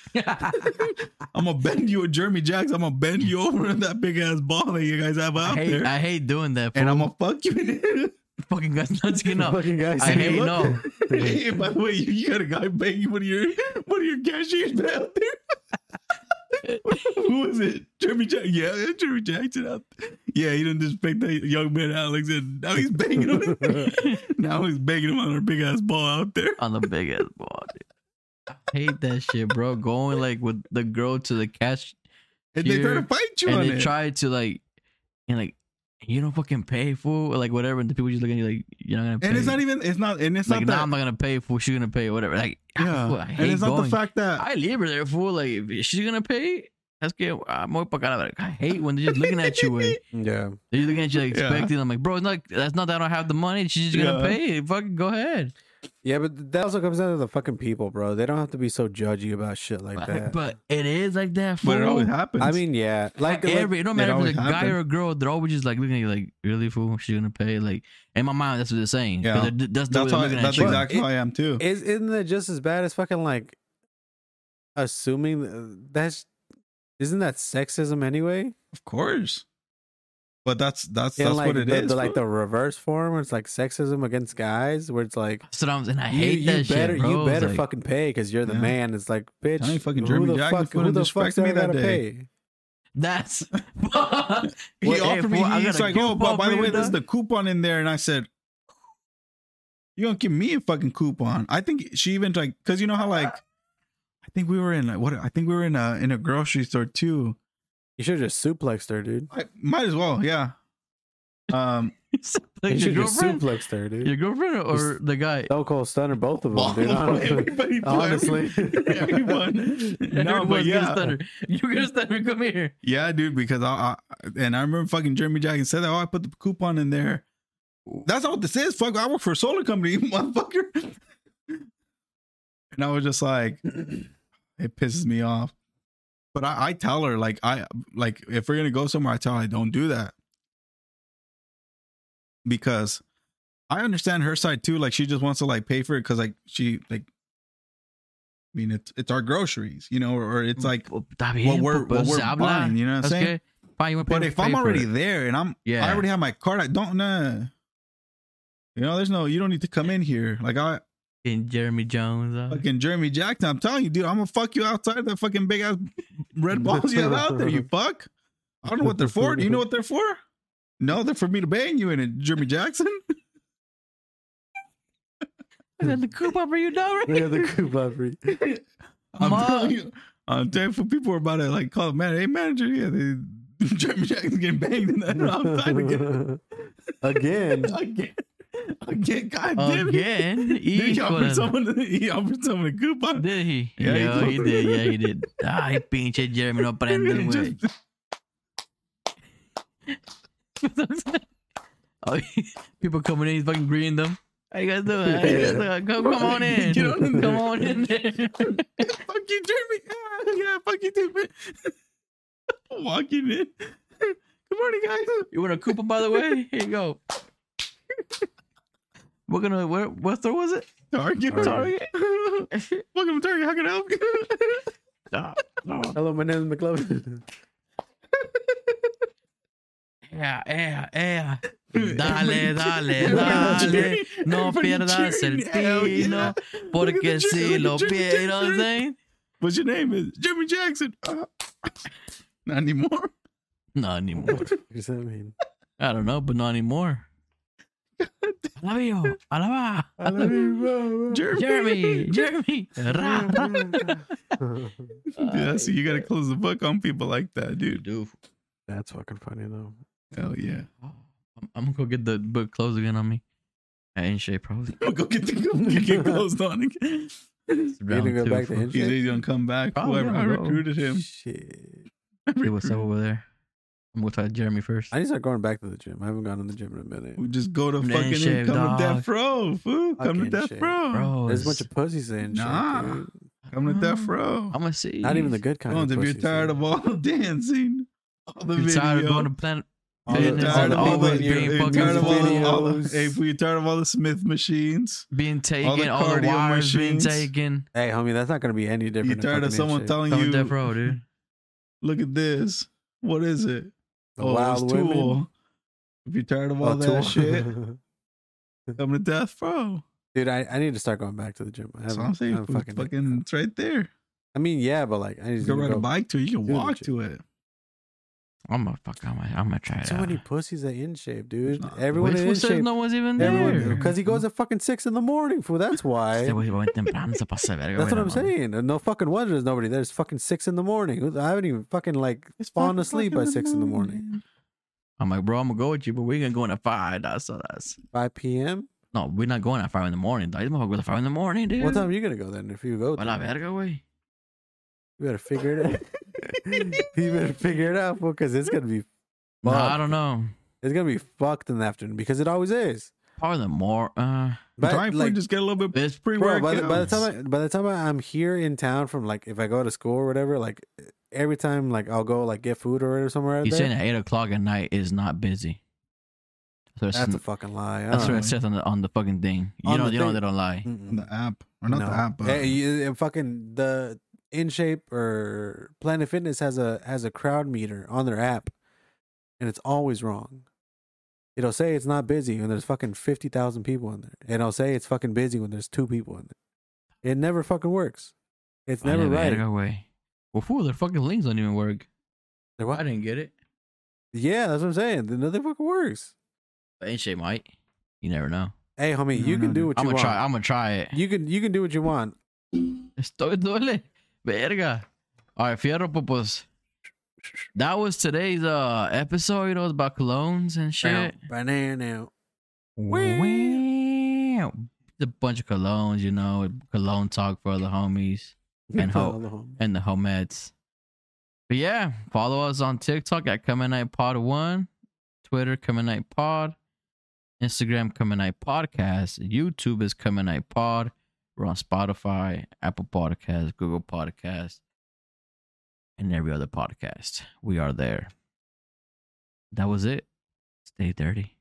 D: I'm gonna bend you, Jeremy Jacks. I'm gonna bend you over in that big ass ball that you guys have
C: I
D: out
C: hate,
D: there,
C: I hate doing that. fool.
D: and I'm gonna fuck you in it.
C: fucking guts nuts getting up.
E: Fucking guys.
C: I hate no.
D: Hey, by the way, you, you got a guy banging one of your one of your cashiers out there. Who was it? Jeremy Jackson. Yeah, yeah, Jeremy Jackson out there. Yeah, he didn't respect that young man Alex, and now he's banging him. now he's banging him on our big ass ball out there.
C: on the big ass ball. Dude. I hate that shit, bro. Going like with the girl to the cash
D: And they try to
C: Here,
D: fight you
C: and
D: on
C: they
D: it.
C: try to like and like you don't fucking pay fool or like whatever, and the people just looking at you like you're not gonna. Pay.
D: and it's not even it's not and it's
C: like
D: not
C: nah,
D: that
C: I'm not gonna pay fool. She's gonna pay whatever. Like
D: yeah.
C: fool, I hate
D: and it's not
C: going.
D: the fact that
C: I leave her there fool. Like if she's gonna pay. That's good. Ah, I'm muy para acá. Like, I hate when they're just looking at you. Way.
E: Yeah.
C: They're just looking at you like
D: Yeah.
C: expecting. I'm like, bro, it's not, that's not that I don't have the money. She's just gonna
D: Yeah.
C: pay. Fucking go ahead.
E: Yeah, but that also comes down to the fucking people, bro. They don't have to be so judgy about shit like that.
C: But it is like that. Fool.
D: but it always happens.
E: I mean, yeah. Like, like
C: every it don't matter if
D: always
C: it's a guy
D: happen.
C: or a girl, they're always just like looking at you like, really fool, she's gonna pay. Like in my mind, that's what they're saying. 'Cause
D: Yeah.
C: they're- that's the way
D: that's
C: they're
D: how,
C: looking at
D: that's
C: you.
D: exactly
E: But
D: how I am too.
E: Is isn't that just as bad as fucking like assuming th- that's isn't that sexism anyway?
D: of course. But that's that's
E: In
D: that's
E: like
D: what it is.
E: the, the- like
D: fool.
E: the reverse form where it's like sexism against guys, where it's like
C: That's what I'm saying. I
E: you,
C: hate
E: you
C: that
E: better
C: shit, bro.
E: you
C: It's
E: better
C: like,
E: fucking pay because you're the
D: Yeah.
E: man. It's like bitch,
D: Tell me fucking
E: who
D: Jeremy
E: the
D: Jackson
E: fuck
D: couldn't
E: who the
D: distract
E: fuck's I
D: me that
E: gotta
D: day.
E: pay?
C: That's
D: He
C: Well, hey,
D: offered me.
C: fool, I
D: he's
C: got a
D: like, "Oh, but
C: coupon
D: by
C: for
D: the
C: you,
D: way, there's
C: dog."
D: the coupon in there," and I said, "You don't give me a fucking coupon." I think she even like, cause you know how like, I think we were in like, what? I think we were in a in a grocery store too.
E: You should have just suplexed her, dude.
D: I might as well, yeah. Um,
C: like,
E: You
C: your
E: should
C: girlfriend,
E: have suplexed her,
C: your
E: dude.
C: girlfriend or
E: Just-
C: the guy.
E: Stone Cold Stunner, both of them,
D: ball
E: dude.
D: for
E: Honestly,
D: everybody, for
E: honestly.
D: every- everyone. No,
C: Everyone's
D: but
C: gonna
D: yeah,
C: stutter. You're gonna stutter. Come here.
D: yeah, dude. Because I, I and I remember fucking Jeremy Jackson said that. Oh, I put the coupon in there. That's not what this is. Fuck, I work for a solar company, you motherfucker. And I was just like, it pisses me off. But I, I tell her like I like if we're gonna go somewhere, I tell her I don't do that because I understand her side too. Like she just wants to like pay for it because like she like. I mean, it's it's our groceries, you know, or, or it's
C: Mm.
D: like
C: Está bien,
D: what we're
C: pues,
D: what we're
C: habla.
D: buying. You know what I'm
C: That's
D: saying?
C: good. Fine, you want
D: But if I'm already there and I'm yeah, I
C: Yeah.
D: already have my card. I don't know. You know, there's no you don't need to come in here. Like I
C: in Jeremy Jones, uh,
D: fucking Jeremy Jackson. I'm telling you, dude, I'm gonna fuck you outside that fucking big ass red balls you have out there. You fuck. I don't know what they're for. Do you know what they're for? No, they're for me to bang you in it, Jeremy Jackson.
C: I got the coupon for you now, right?
E: We have the coupon free.
D: I'm
C: Ma-
D: telling you, I'm telling you, people are about to like call man, hey manager, yeah, they, Jeremy Jackson's getting banged in that outside again,
E: Again.
D: again, again. God damn it!
C: Again,
D: Did he offer
C: equal.
D: someone? He offered someone a coupon.
C: Did he?
D: Yeah, he
C: Yo, he,
D: did.
C: did. Yeah, he did. Ay, pinche Jeremy, no prende,
D: Just-
C: güey. Oh, People coming in, he's fucking greeting them. How you guys doing? How you guys doing? Come, come on in.
D: Get on in
C: Come
D: there.
C: on in there.
D: fuck you, Jeremy. Yeah, yeah fuck you, too, man. Walking in. Good morning, guys.
C: You want a coupon, by the way? Here you go. We're gonna. Where, what store was it?
D: Target.
E: Target.
D: Target. Welcome to Target. How can I help you?
E: Hello, my name is McLovin.
C: Yeah, yeah, yeah. Dale, dale, dale. No
D: Everybody
C: pierdas el
D: cheering. Hell yeah.
C: tino. Porque
D: Look at the
C: si
D: cheer,
C: lo
D: look at the cheer,
C: pierdes, you know what I'm
D: cheer.
C: saying?
D: What's your name? Is Jeremy Jackson. Uh, not anymore.
C: Not anymore.
E: Does that mean?
C: I don't know, but not anymore. Alaba yo. Alaba.
E: I love you, bro.
D: Jeremy.
C: Jeremy. Jeremy. Ra, ra.
D: Yeah, so you gotta close the book on people like that, dude.
E: That's fucking funny though.
D: Hell yeah.
C: I'm, I'm gonna go get the book closed again on me. I ain't shape, probably.
D: I'm gonna go get the you get closed on again.
E: gonna
C: Round
E: go
C: two
E: back to
C: for-
E: Hinge?
D: He's, he's gonna come back.
C: Oh,
D: Whoever
C: yeah,
D: I
C: bro.
D: recruited him.
E: Shit.
C: See what's up over there. I'm gonna talk to Jeremy first.
E: I need to start going back to the gym. I haven't gone to the gym in a minute.
D: We just go to
C: Man
D: fucking
C: shave,
D: come
C: dog.
D: to death row, fool. Come to
E: Fucking
D: death
E: shave,
D: row.
C: Bro,
E: There's a
C: it's-
E: bunch of pussies and
D: Nah.
E: shit, dude.
D: Come to death
C: I'm
D: row.
C: gonna see.
E: Not even the good kind.
D: Bones,
E: of
D: if Oh, you're
E: pussies,
D: tired
E: dude.
D: of all the dancing, all the
C: You're
D: video,
C: tired of going to Planet
E: All
C: You're
E: the-
C: tired
E: all the
C: of all
E: people
C: the
E: in your-
C: being
D: if you're
C: fucking
D: tired of all the- all the-
E: videos.
D: if you're tired of all the Smith machines,
C: being taken,
D: the
C: all the,
D: cardio
C: wires being
D: machines.
C: taken.
E: Hey, homie, that's not gonna be any different.
D: you're
E: than
D: tired of
E: fucking
D: someone
E: handshake.
D: telling
C: Coming
D: you,
C: death row, dude.
D: "Look at this. What is it? "Oh,
E: The wild
D: it's
E: women.
D: Tool." If you're tired of all
E: Oh,
D: that
E: tool.
D: shit, come to death row.
E: Dude, I, I need to start going back to the gym. I
D: That's
E: haven't,
D: what I'm saying.
E: I haven't
D: fool.
E: fucking,
D: Fucking, it's right there.
E: I mean, yeah, but like, I need
D: You
E: to
D: can
E: go-
D: ride a bike to it. You can
E: do
D: walk
E: that shit.
D: to it.
C: I'm gonna fuck. I'm gonna, I'm gonna try it.
E: So
C: out.
E: many pussies at InShape, dude.
D: Nah,
E: Everyone
C: Wait,
E: at
C: who says
E: InShape.
C: no one's even
D: Everyone-
C: there?
E: Everyone, because he goes at fucking six in the morning. Fool, that's why.
C: Este güey va bien temprano, se pasa de verga,
E: That's
C: güey,
E: what
C: no
E: I'm
C: mames.
E: saying. No fucking wonder there's nobody there. It's fucking six in the morning. Who- I haven't even fucking like fallen asleep by six in the morning.
C: I'm like, bro, I'm gonna go with you, but we're gonna go in at five. That's so that's
E: Five p.m.
C: no, we're not going at five in the morning. dog. These motherfuckers go at five in the morning, dude.
E: What time are you gonna go then? If you go,
C: A la
E: then?
C: verga, güey.
E: you better figure it out. you better figure it out, fool, because it's gonna be
C: No, I
E: Fuck.
C: don't know.
E: it's gonna be fucked in the afternoon because it always is.
C: Probably the more. Uh,
E: But
D: Time for
E: like,
D: just get a little bit
C: it's
D: pre
E: bro,
D: workout.
E: by the, by the time I, by the time I, I'm here in town from like if I go to school or whatever, like every time like I'll go like get food or whatever somewhere. out
C: he's
E: there,
C: saying at eight o'clock at night is not busy. So it's-
E: That's a fucking lie. I
C: That's
E: don't
C: what it
E: know.
C: says on the on the fucking thing. You
E: On
C: know,
E: the
C: you know
E: thing.
C: they don't lie.
E: Mm-mm.
D: the app, or not
E: No.
D: the app, but
E: Eh, you- eh, fucking the InShape or Planet Fitness has a has a crowd meter on their app, and it's always wrong. It'll say it's not busy when there's fucking fifty thousand people in there, and it'll say it's fucking busy when there's two people in there. It never fucking works. It's never
C: Vale
E: right.
C: verga, güey. Well, fool, their fucking links don't even work.
E: They're what?
C: didn't get it.
E: Yeah, that's what I'm saying. Nothing fucking works.
C: But ain't shit, might. You never know.
E: Hey, homie,
D: No,
E: you can
D: no,
E: do
D: dude.
E: what
C: I'm
E: you
C: gonna
E: want.
C: try. I'm gonna try it.
E: you can you can do what you want.
C: Estoy duele. Verga. All right, fierro popos. That was today's uh episode. You know, it's about colognes and shit.
E: Right now, now.
C: Wow. It's a bunch of colognes, you know, cologne talk for the homies And hope. and the homettes. But yeah, follow us on TikTok at Coming Night Pod One, Twitter Coming Night Pod, Instagram Coming Night Podcast, YouTube is Coming Night Pod. We're on Spotify, Apple Podcasts, Google Podcasts, and every other podcast. We are there. That was it. Stay dirty.